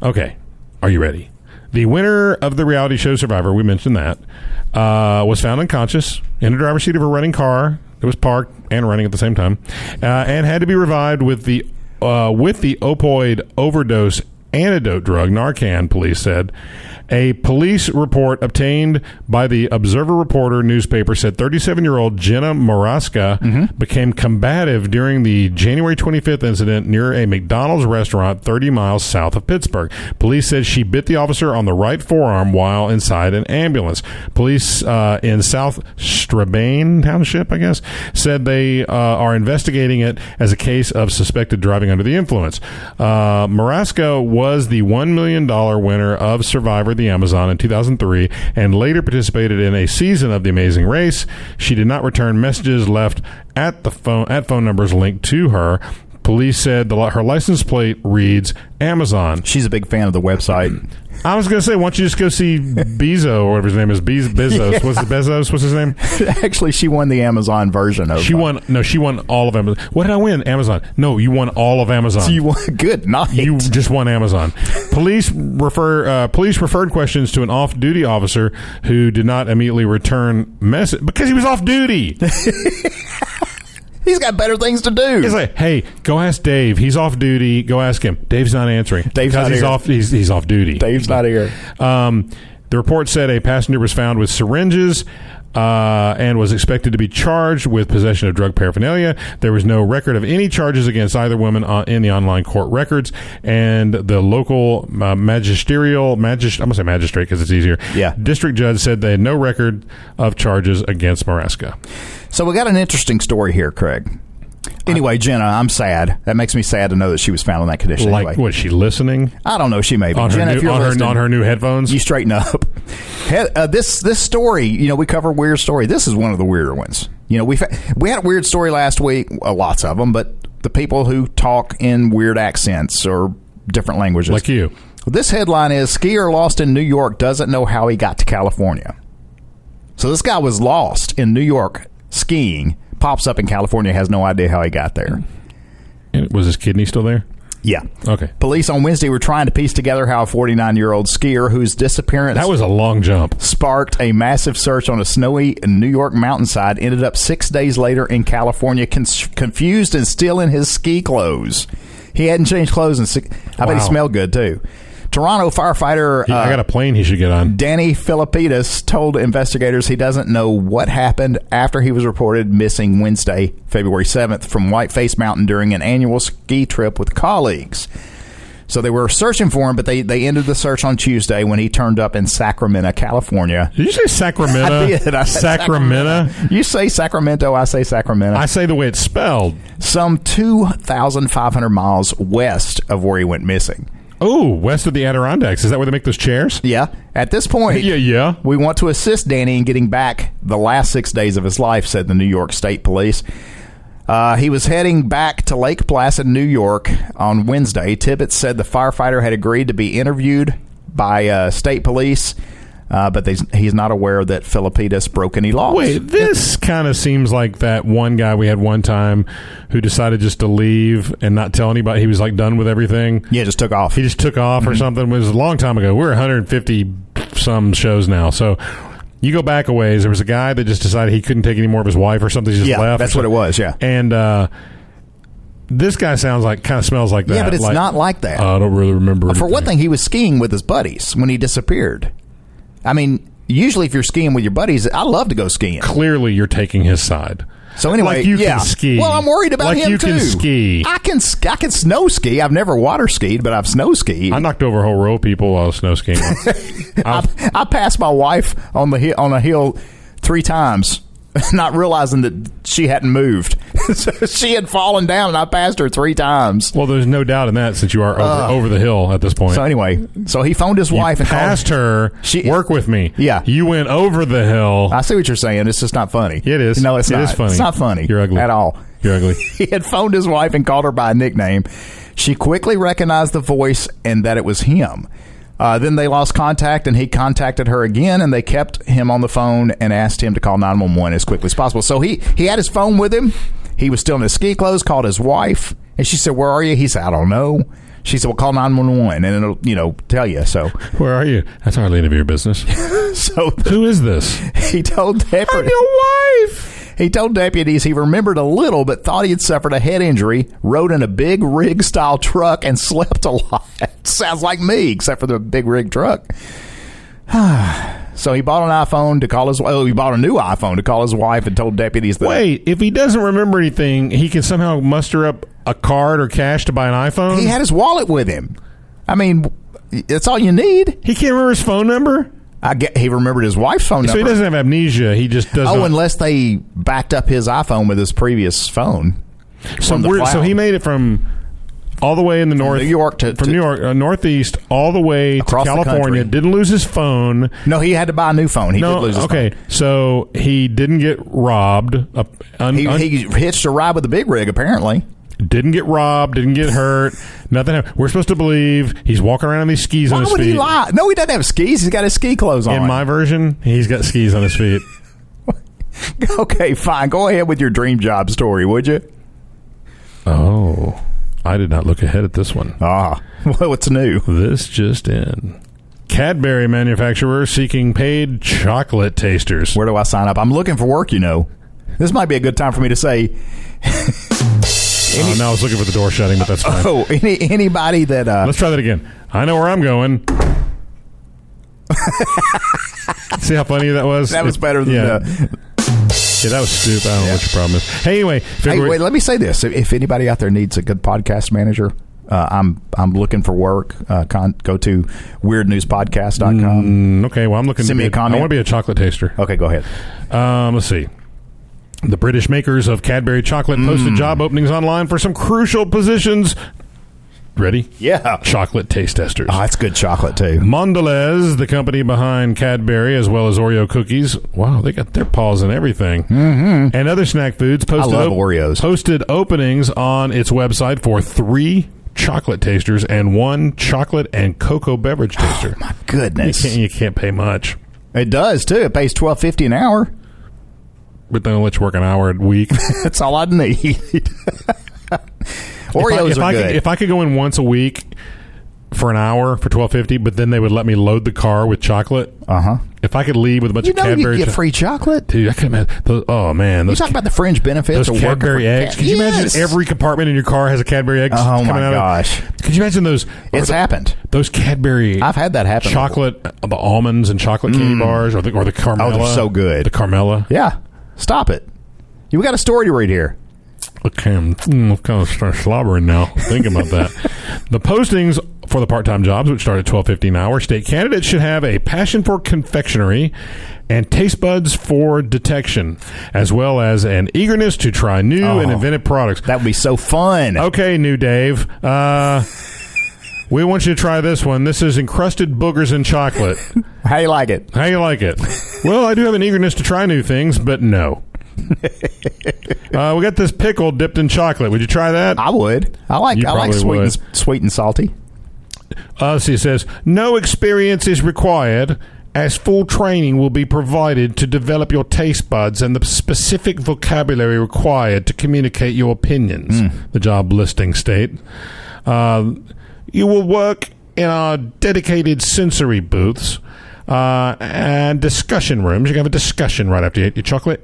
Speaker 6: Okay. Are you ready? The winner of the reality show Survivor, we mentioned that, uh, was found unconscious in the driver's seat of a running car that was parked and running at the same time, uh, and had to be revived with the uh, with the opioid overdose antidote drug Narcan. Police said a police report obtained by the Observer Reporter newspaper said 37 year old Jenna Maraska became combative during the January 25th incident near a McDonald's restaurant 30 miles south of Pittsburgh. Police said she bit the officer on the right forearm while inside an ambulance. Police uh, in South Strabane Township, I guess, said they uh, are investigating it as a case of suspected driving under the influence. Uh, Marasco was the $1 million winner of Survivor the Amazon in 2003 and later participated in a season of The Amazing Race. She did not return messages left at the phone at phone numbers linked to her. Police said the, her license plate reads Amazon.
Speaker 5: She's a big fan of the website.
Speaker 6: I was gonna say, why don't you just go see Bezo or whatever his name is? Bez- Bezos. What's the Bezos? What's his name?
Speaker 5: Actually, she won the Amazon version of.
Speaker 6: She won. No, she won all of Amazon. What did I win? Amazon. No, you won all of Amazon.
Speaker 5: You won. Good night.
Speaker 6: You just won Amazon. Police refer uh, police referred questions to an off duty officer who did not immediately return message because he was off duty.
Speaker 5: He's got better things to do.
Speaker 6: He's like, hey, go ask Dave. He's off duty. Go ask him. Dave's not answering.
Speaker 5: Dave's
Speaker 6: because
Speaker 5: not
Speaker 6: he's
Speaker 5: here.
Speaker 6: off. He's, he's off duty.
Speaker 5: Dave's not here.
Speaker 6: Um, the report said a passenger was found with syringes uh, and was expected to be charged with possession of drug paraphernalia. There was no record of any charges against either woman on, in the online court records, and the local uh, magisterial magist- I'm gonna say magistrate because it's easier.
Speaker 5: Yeah.
Speaker 6: district judge said they had no record of charges against Maresca.
Speaker 5: So we got an interesting story here, Craig. Anyway, Jenna, I'm sad. That makes me sad to know that she was found in that condition.
Speaker 6: Like,
Speaker 5: anyway.
Speaker 6: was she listening
Speaker 5: I don't know. She may be.
Speaker 6: on
Speaker 5: Jenna,
Speaker 6: her
Speaker 5: if
Speaker 6: new,
Speaker 5: you're
Speaker 6: on her
Speaker 5: listening,
Speaker 6: on her new headphones?
Speaker 5: you straighten up. He- uh, this this story, you know, we cover weird story. This is one of the weirder ones. You know, we we had a weird story last week, uh, lots of them, but the people who talk in weird accents or different languages,
Speaker 6: like you?
Speaker 5: This headline is skier lost in New York doesn't know how he got to California. So this guy was lost in New York skiing, pops up in California, has no idea how he got there.
Speaker 6: And was his kidney still there?
Speaker 5: Yeah.
Speaker 6: Okay.
Speaker 5: Police on Wednesday were trying to piece together how a 49 year old skier whose disappearance
Speaker 6: That was a long jump.
Speaker 5: sparked a massive search on a snowy New York mountainside ended up six days later in California, con- confused and still in his ski clothes. He hadn't changed clothes in six. I bet
Speaker 6: Wow.
Speaker 5: he smelled good too. Toronto firefighter
Speaker 6: He- I
Speaker 5: uh,
Speaker 6: got a plane he should get on.
Speaker 5: Danny Philippidis told investigators he doesn't know what happened after he was reported missing Wednesday, February 7th, from Whiteface Mountain during an annual ski trip with colleagues. So they were searching for him, but they, they ended the search on Tuesday when he turned up in Sacramento, California.
Speaker 6: Did you say Sacramento?
Speaker 5: I did. I said
Speaker 6: Sacramento.
Speaker 5: You say Sacramento, I say Sacramento.
Speaker 6: I say the way it's spelled.
Speaker 5: Some 2,500 miles west of where he went missing.
Speaker 6: Oh, west of the Adirondacks. Is that where they make those chairs?
Speaker 5: Yeah. At this point,
Speaker 6: Yeah, yeah.
Speaker 5: We want to assist Danny in getting back the last six days of his life, said the New York State Police. Uh, he was heading back to Lake Placid, New York on Wednesday. Tibbetts said the firefighter had agreed to be interviewed by uh, state police, uh, but they, he's not aware that Philippides broke any laws.
Speaker 6: Wait, this kind of seems like that one guy we had one time who decided just to leave and not tell anybody. He was like done with everything.
Speaker 5: Yeah, just took off.
Speaker 6: He just took off or something. It was a long time ago. We're 150 some shows now. So you go back a ways. There was a guy that just decided he couldn't take any more of his wife or something. He just
Speaker 5: yeah,
Speaker 6: left.
Speaker 5: that's what it was. Yeah.
Speaker 6: And uh, this guy sounds like kind of smells like uh, that.
Speaker 5: Yeah, but it's not like that.
Speaker 6: I don't really remember.
Speaker 5: For one
Speaker 6: anything.
Speaker 5: thing, he was skiing with his buddies when he disappeared. I mean, usually if you're skiing with your buddies, I love to go skiing.
Speaker 6: clearly you're taking his side.
Speaker 5: So anyway,
Speaker 6: like you
Speaker 5: yeah.
Speaker 6: can ski.
Speaker 5: Well, I'm worried about
Speaker 6: like
Speaker 5: him
Speaker 6: you
Speaker 5: too.
Speaker 6: can ski.
Speaker 5: I can sk- I can snow ski. I've never water skied, but I've snow skied.
Speaker 6: I
Speaker 5: I,
Speaker 6: knocked over a whole row of people while I was snow skiing. I was-
Speaker 5: I passed my wife on the hi- on a hill three times, not realizing that she hadn't moved. so she had fallen down, and I passed her three times.
Speaker 6: well, there's no doubt in that since you are over, over the hill at this point.
Speaker 5: Uh, So anyway, so he phoned his
Speaker 6: you
Speaker 5: wife and
Speaker 6: passed
Speaker 5: called.
Speaker 6: her.
Speaker 5: She-
Speaker 6: work with me.
Speaker 5: Yeah.
Speaker 6: you went over the hill.
Speaker 5: I see what you're saying. It's just not funny.
Speaker 6: it is.
Speaker 5: No, it's
Speaker 6: It
Speaker 5: not.
Speaker 6: is funny.
Speaker 5: It's not funny.
Speaker 6: You're ugly
Speaker 5: at all.
Speaker 6: You're ugly.
Speaker 5: he had phoned his wife and called her by a nickname. She quickly recognized the voice and that it was him. Uh, then they lost contact, and he contacted her again, and they kept him on the phone and asked him to call nine one one as quickly as possible. So he he had his phone with him. He was still in his ski clothes. Called his wife, and she said, "Where are you?" He said, "I don't know." She said, "Well, call nine one one, and it'll you know tell you." So
Speaker 6: Where are you? That's hardly any of your business.
Speaker 5: so
Speaker 6: Who is this?
Speaker 5: he told deputy,
Speaker 6: your wife.
Speaker 5: he told deputies he remembered a little, but thought he had suffered a head injury. Rode in a big rig style truck and slept a lot. Sounds like me, except for the big rig truck. so he bought an iPhone to call his. Oh, he bought a new iPhone to call his wife and told deputies that.
Speaker 6: Wait, if he doesn't remember anything, he can somehow muster up a card or cash to buy an iPhone.
Speaker 5: he had his wallet with him. I mean, that's all you need.
Speaker 6: He can't remember his phone number.
Speaker 5: I get, he remembered his wife's phone
Speaker 6: So he
Speaker 5: number.
Speaker 6: doesn't have amnesia. He just doesn't.
Speaker 5: oh, unless they backed up his iPhone with his previous phone.
Speaker 6: so,
Speaker 5: from the
Speaker 6: we're, so
Speaker 5: cloud.
Speaker 6: he made it from all the way in the north,
Speaker 5: New York to-
Speaker 6: from
Speaker 5: to-
Speaker 6: New York uh, northeast all the way
Speaker 5: Across
Speaker 6: to
Speaker 5: the
Speaker 6: California.
Speaker 5: country.
Speaker 6: Didn't lose his phone.
Speaker 5: No, he had to buy a new phone. He
Speaker 6: no,
Speaker 5: did lose his
Speaker 6: okay. So he didn't get robbed. Uh, un-
Speaker 5: He,
Speaker 6: un-
Speaker 5: he hitched a ride with the big rig, apparently.
Speaker 6: didn't get robbed. Didn't get hurt. nothing. Happened. We're supposed to believe he's walking around on these skis on
Speaker 5: Why
Speaker 6: his
Speaker 5: would
Speaker 6: feet.
Speaker 5: he lie? No, he doesn't have skis. He's got his ski clothes on.
Speaker 6: In my version, he's got skis on his feet.
Speaker 5: okay, fine. Go ahead with your dream job story, would you?
Speaker 6: oh, I did not look ahead at this one.
Speaker 5: Ah, well, what's new?
Speaker 6: This just in. Cadbury manufacturer seeking paid chocolate tasters.
Speaker 5: Where do I sign up? I'm looking for work, you know. This might be a good time for me to say,
Speaker 6: oh, now I was looking for the door shutting, but that's fine.
Speaker 5: oh, any, anybody that uh,
Speaker 6: Uh, Let's try that again. I know where I'm going. See how funny that was?
Speaker 5: that was
Speaker 6: It-
Speaker 5: better than. uh,
Speaker 6: yeah.
Speaker 5: the
Speaker 6: Yeah, that was stupid. I don't know what your problem is. Hey, anyway,
Speaker 5: Hey,
Speaker 6: February,
Speaker 5: wait. Let me say this: if, if anybody out there needs a good podcast manager, uh, I'm I'm looking for work. Uh, con- go to weirdnewspodcast.com.
Speaker 6: Mm, okay, well, I'm looking
Speaker 5: Send me
Speaker 6: to be
Speaker 5: a comment. Oh.
Speaker 6: I want to be a chocolate taster.
Speaker 5: Okay, go ahead.
Speaker 6: Um, let's see. The British makers of Cadbury chocolate
Speaker 5: Mm.
Speaker 6: posted job openings online for some crucial positions. Ready?
Speaker 5: Yeah,
Speaker 6: Chocolate taste testers.
Speaker 5: oh, that's good chocolate too.
Speaker 6: Mondelez, the company behind Cadbury as well as Oreo cookies. Wow, they got their paws in everything. Mm-hmm. And other snack foods posted
Speaker 5: love Oreos.
Speaker 6: posted openings on its website for 3 chocolate tasters and one chocolate and cocoa beverage taster.
Speaker 5: Oh, My
Speaker 6: you
Speaker 5: goodness,
Speaker 6: can't you can't pay much.
Speaker 5: It does too. It pays twelve fifty an hour.
Speaker 6: But they'll let you work an hour a week.
Speaker 5: That's all I need. Oreos
Speaker 6: if
Speaker 5: are
Speaker 6: I, if I
Speaker 5: good.
Speaker 6: Could, if I could go in once a week for an hour for twelve fifty, but then they would let me load the car with chocolate.
Speaker 5: Uh huh.
Speaker 6: If I could leave with a bunch
Speaker 5: You
Speaker 6: of
Speaker 5: know you
Speaker 6: Cadbury,
Speaker 5: get
Speaker 6: cho-
Speaker 5: free chocolate.
Speaker 6: dude, I could imagine. Those, oh man,
Speaker 5: You
Speaker 6: those
Speaker 5: talk about the fringe benefits
Speaker 6: those
Speaker 5: of working for
Speaker 6: Cadbury eggs.
Speaker 5: Cad-
Speaker 6: Could you
Speaker 5: Yes.
Speaker 6: imagine every compartment in your car has a Cadbury egg?
Speaker 5: Oh
Speaker 6: coming
Speaker 5: my
Speaker 6: out of it?
Speaker 5: gosh.
Speaker 6: Could you imagine those?
Speaker 5: It's happened.
Speaker 6: Those Cadbury.
Speaker 5: I've had that happen.
Speaker 6: Chocolate, uh, the almonds and chocolate candy bars, or the or the Carmella.
Speaker 5: Oh, so good.
Speaker 6: The Carmella.
Speaker 5: Yeah. Stop it. You we got a story to read here.
Speaker 6: Okay, I'm, mm, I'm kind of start slobbering now. Think about that. the postings for the part-time jobs, which start at twelve fifty an hour, state candidates should have a passion for confectionery and taste buds for detection, as well as an eagerness to try new and
Speaker 5: Oh.
Speaker 6: inventive products.
Speaker 5: That would be so fun.
Speaker 6: Okay, new Dave. Uh, we want you to try this one. This is encrusted boogers in chocolate.
Speaker 5: How you like it?
Speaker 6: How you like it? Well, I do have an eagerness to try new things, but no. uh, we got this pickle dipped in chocolate. Would you try that?
Speaker 5: I would. I like.
Speaker 6: You
Speaker 5: I like
Speaker 6: probably
Speaker 5: sweet and,
Speaker 6: would.
Speaker 5: sweet and salty.
Speaker 6: Uh, see, it says no experience is required, as full training will be provided to develop your taste buds and the specific vocabulary required to communicate your opinions. The job listing state. Uh, you will work in our dedicated sensory booths. Uh, and discussion rooms. You can have a discussion right after you eat your chocolate.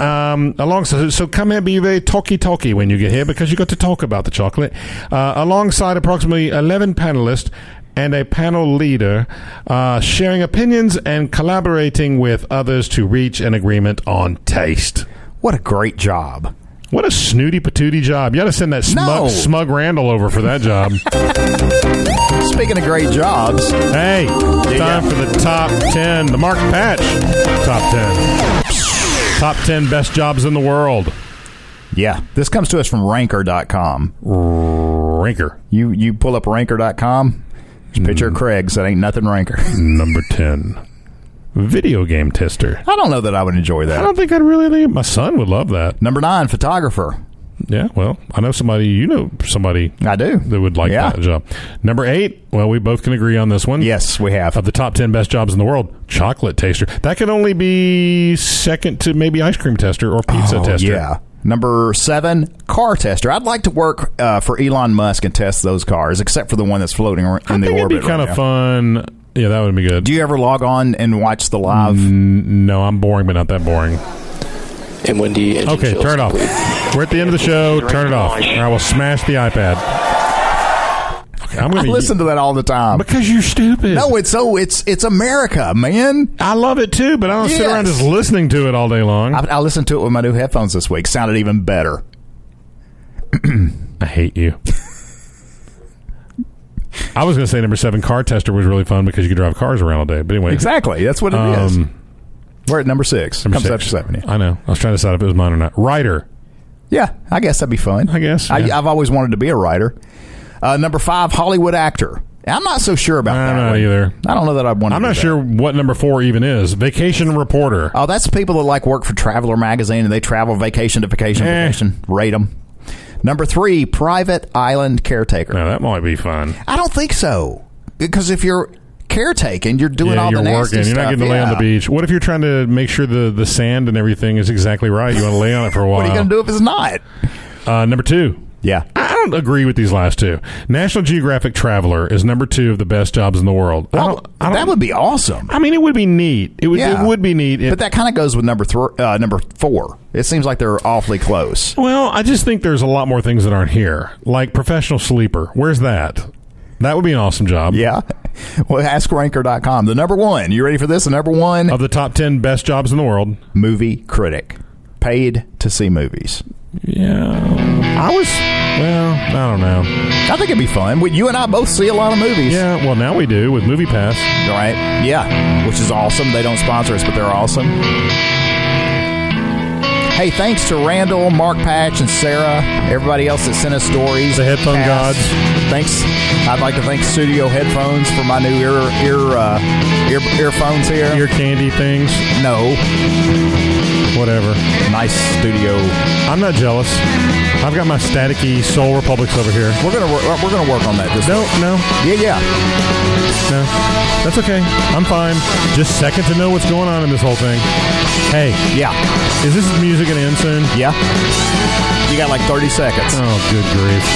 Speaker 6: Um, alongside, so come here, be very talky talky when you get here because you got to talk about the chocolate. Uh, alongside approximately 11 panelists and a panel leader uh, sharing opinions and collaborating with others to reach an agreement on taste.
Speaker 5: What a great job.
Speaker 6: What a snooty patooty job. You got to send that smug,
Speaker 5: No.
Speaker 6: smug Randall over for that job.
Speaker 5: Speaking of great jobs,
Speaker 6: hey, it's time
Speaker 5: go.
Speaker 6: for the top 10, the Mark Patch top 10. Top 10 best jobs in the world.
Speaker 5: yeah, this comes to us from ranker.com.
Speaker 6: Ranker, Mm-hmm.
Speaker 5: You you pull up ranker.com, there's a picture of Craig, so it ain't nothing ranker.
Speaker 6: number 10. Video game tester.
Speaker 5: I don't know that I would enjoy
Speaker 6: I
Speaker 5: that.
Speaker 6: don't think I'd really think my son would love that.
Speaker 5: Number nine, photographer.
Speaker 6: Yeah, well, I know somebody, you know somebody
Speaker 5: I do.
Speaker 6: that would like
Speaker 5: Yeah.
Speaker 6: that job. Number eight, well, we both can agree on this one.
Speaker 5: Yes, we have.
Speaker 6: Of the top 10 best jobs in the world, chocolate taster. That could only be second to maybe ice cream tester or pizza
Speaker 5: Oh,
Speaker 6: tester.
Speaker 5: Yeah. Number seven, car tester. I'd like to work uh, for Elon Musk and test those cars, except for the one that's floating ar- in the
Speaker 6: I think it'd
Speaker 5: orbit.
Speaker 6: be kind
Speaker 5: right
Speaker 6: of
Speaker 5: now.
Speaker 6: fun. Yeah, that would be good.
Speaker 5: Do you ever log on and watch the live?
Speaker 6: Mm-hmm. N- no, I'm boring, but not that boring.
Speaker 7: And when the engine
Speaker 6: Okay,
Speaker 7: feels
Speaker 6: turn it off.
Speaker 7: complete.
Speaker 6: We're at the end of the show. Turn it off, or I will smash the iPad. Okay, I'm
Speaker 5: I
Speaker 6: going
Speaker 5: listen to that all the time.
Speaker 6: because you're stupid.
Speaker 5: No, it's so it's it's America, man.
Speaker 6: I love it too, but I don't sit
Speaker 5: Yes.
Speaker 6: around just listening to it all day long.
Speaker 5: I, I listened to it with my new headphones this week. Sounded even better.
Speaker 6: I hate you. I was going to say number seven, car tester was really fun because you could drive cars around all day. But anyway,
Speaker 5: Exactly. That's what it is.
Speaker 6: Um,
Speaker 5: We're at number six.
Speaker 6: number
Speaker 5: Comes
Speaker 6: six.
Speaker 5: after seven. Yeah.
Speaker 6: I know. I was trying to decide if it was mine or not. Writer.
Speaker 5: yeah, I guess that'd be fun.
Speaker 6: I guess,
Speaker 5: I,
Speaker 6: yeah.
Speaker 5: I've always wanted to be a writer. Uh, number five, Hollywood actor. I'm not so sure about
Speaker 6: I'm
Speaker 5: that.
Speaker 6: not
Speaker 5: one.
Speaker 6: either.
Speaker 5: I don't know that I'd want. to
Speaker 6: I'm
Speaker 5: do
Speaker 6: not
Speaker 5: that.
Speaker 6: sure what number four even is. Vacation reporter.
Speaker 5: Oh, that's people that like work for Traveler magazine and they travel vacation to vacation to
Speaker 6: Eh.
Speaker 5: vacation. Rate them. Number three, private island caretaker.
Speaker 6: Now that might be fun.
Speaker 5: I don't think so because if you're caretaking, you're doing
Speaker 6: yeah,
Speaker 5: all
Speaker 6: you're
Speaker 5: the nasty
Speaker 6: working. You're not
Speaker 5: stuff.
Speaker 6: getting to lay on the
Speaker 5: Yeah.
Speaker 6: beach. What if you're trying to make sure the, the sand and everything is exactly right? You want to lay on it for a while.
Speaker 5: What are you going to do if it's not?
Speaker 6: Uh, number two.
Speaker 5: Yeah.
Speaker 6: I don't agree with these last two. National Geographic Traveler is number two of the best jobs in the world. I
Speaker 5: Well,
Speaker 6: don't, I don't,
Speaker 5: that would be awesome.
Speaker 6: I mean, it would be neat. It would.
Speaker 5: Yeah.
Speaker 6: It would be neat. It,
Speaker 5: but that kind of goes with number three, uh, number four. It seems like they're awfully close.
Speaker 6: well, I just think there's a lot more things that aren't here, like professional sleeper. Where's that? That would be an awesome job.
Speaker 5: Yeah. Well, askranker.com. The number one. You ready for this? The number one
Speaker 6: Of the top ten best jobs in the world.
Speaker 5: movie critic. Paid to see movies.
Speaker 6: Yeah. I was. Well, I don't know.
Speaker 5: I think it'd be fun. We- You and I both see a lot of movies.
Speaker 6: Yeah. Well, now we do with Movie Pass.
Speaker 5: Right? Yeah. Which is awesome. They don't sponsor us, but they're awesome. Hey, thanks to Randall, Mark Patch, and Sarah, everybody else that sent us stories.
Speaker 6: The headphone
Speaker 5: Cass.
Speaker 6: gods.
Speaker 5: Thanks. I'd like to thank Studio Headphones for my new ear ear uh, ear, earphones here.
Speaker 6: Your candy things,
Speaker 5: no,
Speaker 6: whatever.
Speaker 5: nice studio.
Speaker 6: I'm not jealous. I've got my staticky Soul Republics over here.
Speaker 5: We're gonna wor- we're gonna work on that. This
Speaker 6: No, no,
Speaker 5: yeah, yeah.
Speaker 6: no. That's okay. I'm fine. Just second to know what's going on in this whole thing. Hey,
Speaker 5: Yeah.
Speaker 6: is this music gonna end soon?
Speaker 5: Yeah. You got like 30 seconds.
Speaker 6: Oh, good grief.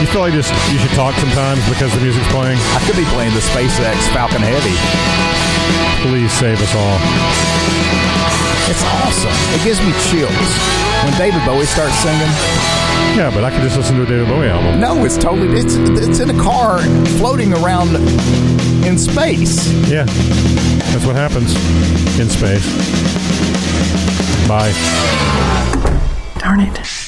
Speaker 6: You feel like just you should talk sometimes because the music's playing?
Speaker 5: I could be playing the SpaceX Falcon Heavy.
Speaker 6: Please save us all.
Speaker 5: It's awesome. It gives me chills. When David Bowie starts singing,
Speaker 6: Yeah, but I could just listen to a David Bowie album.
Speaker 5: no, it's totally it's it's in a car floating around in space.
Speaker 6: Yeah. That's what happens in space. Bye.
Speaker 3: Darn it.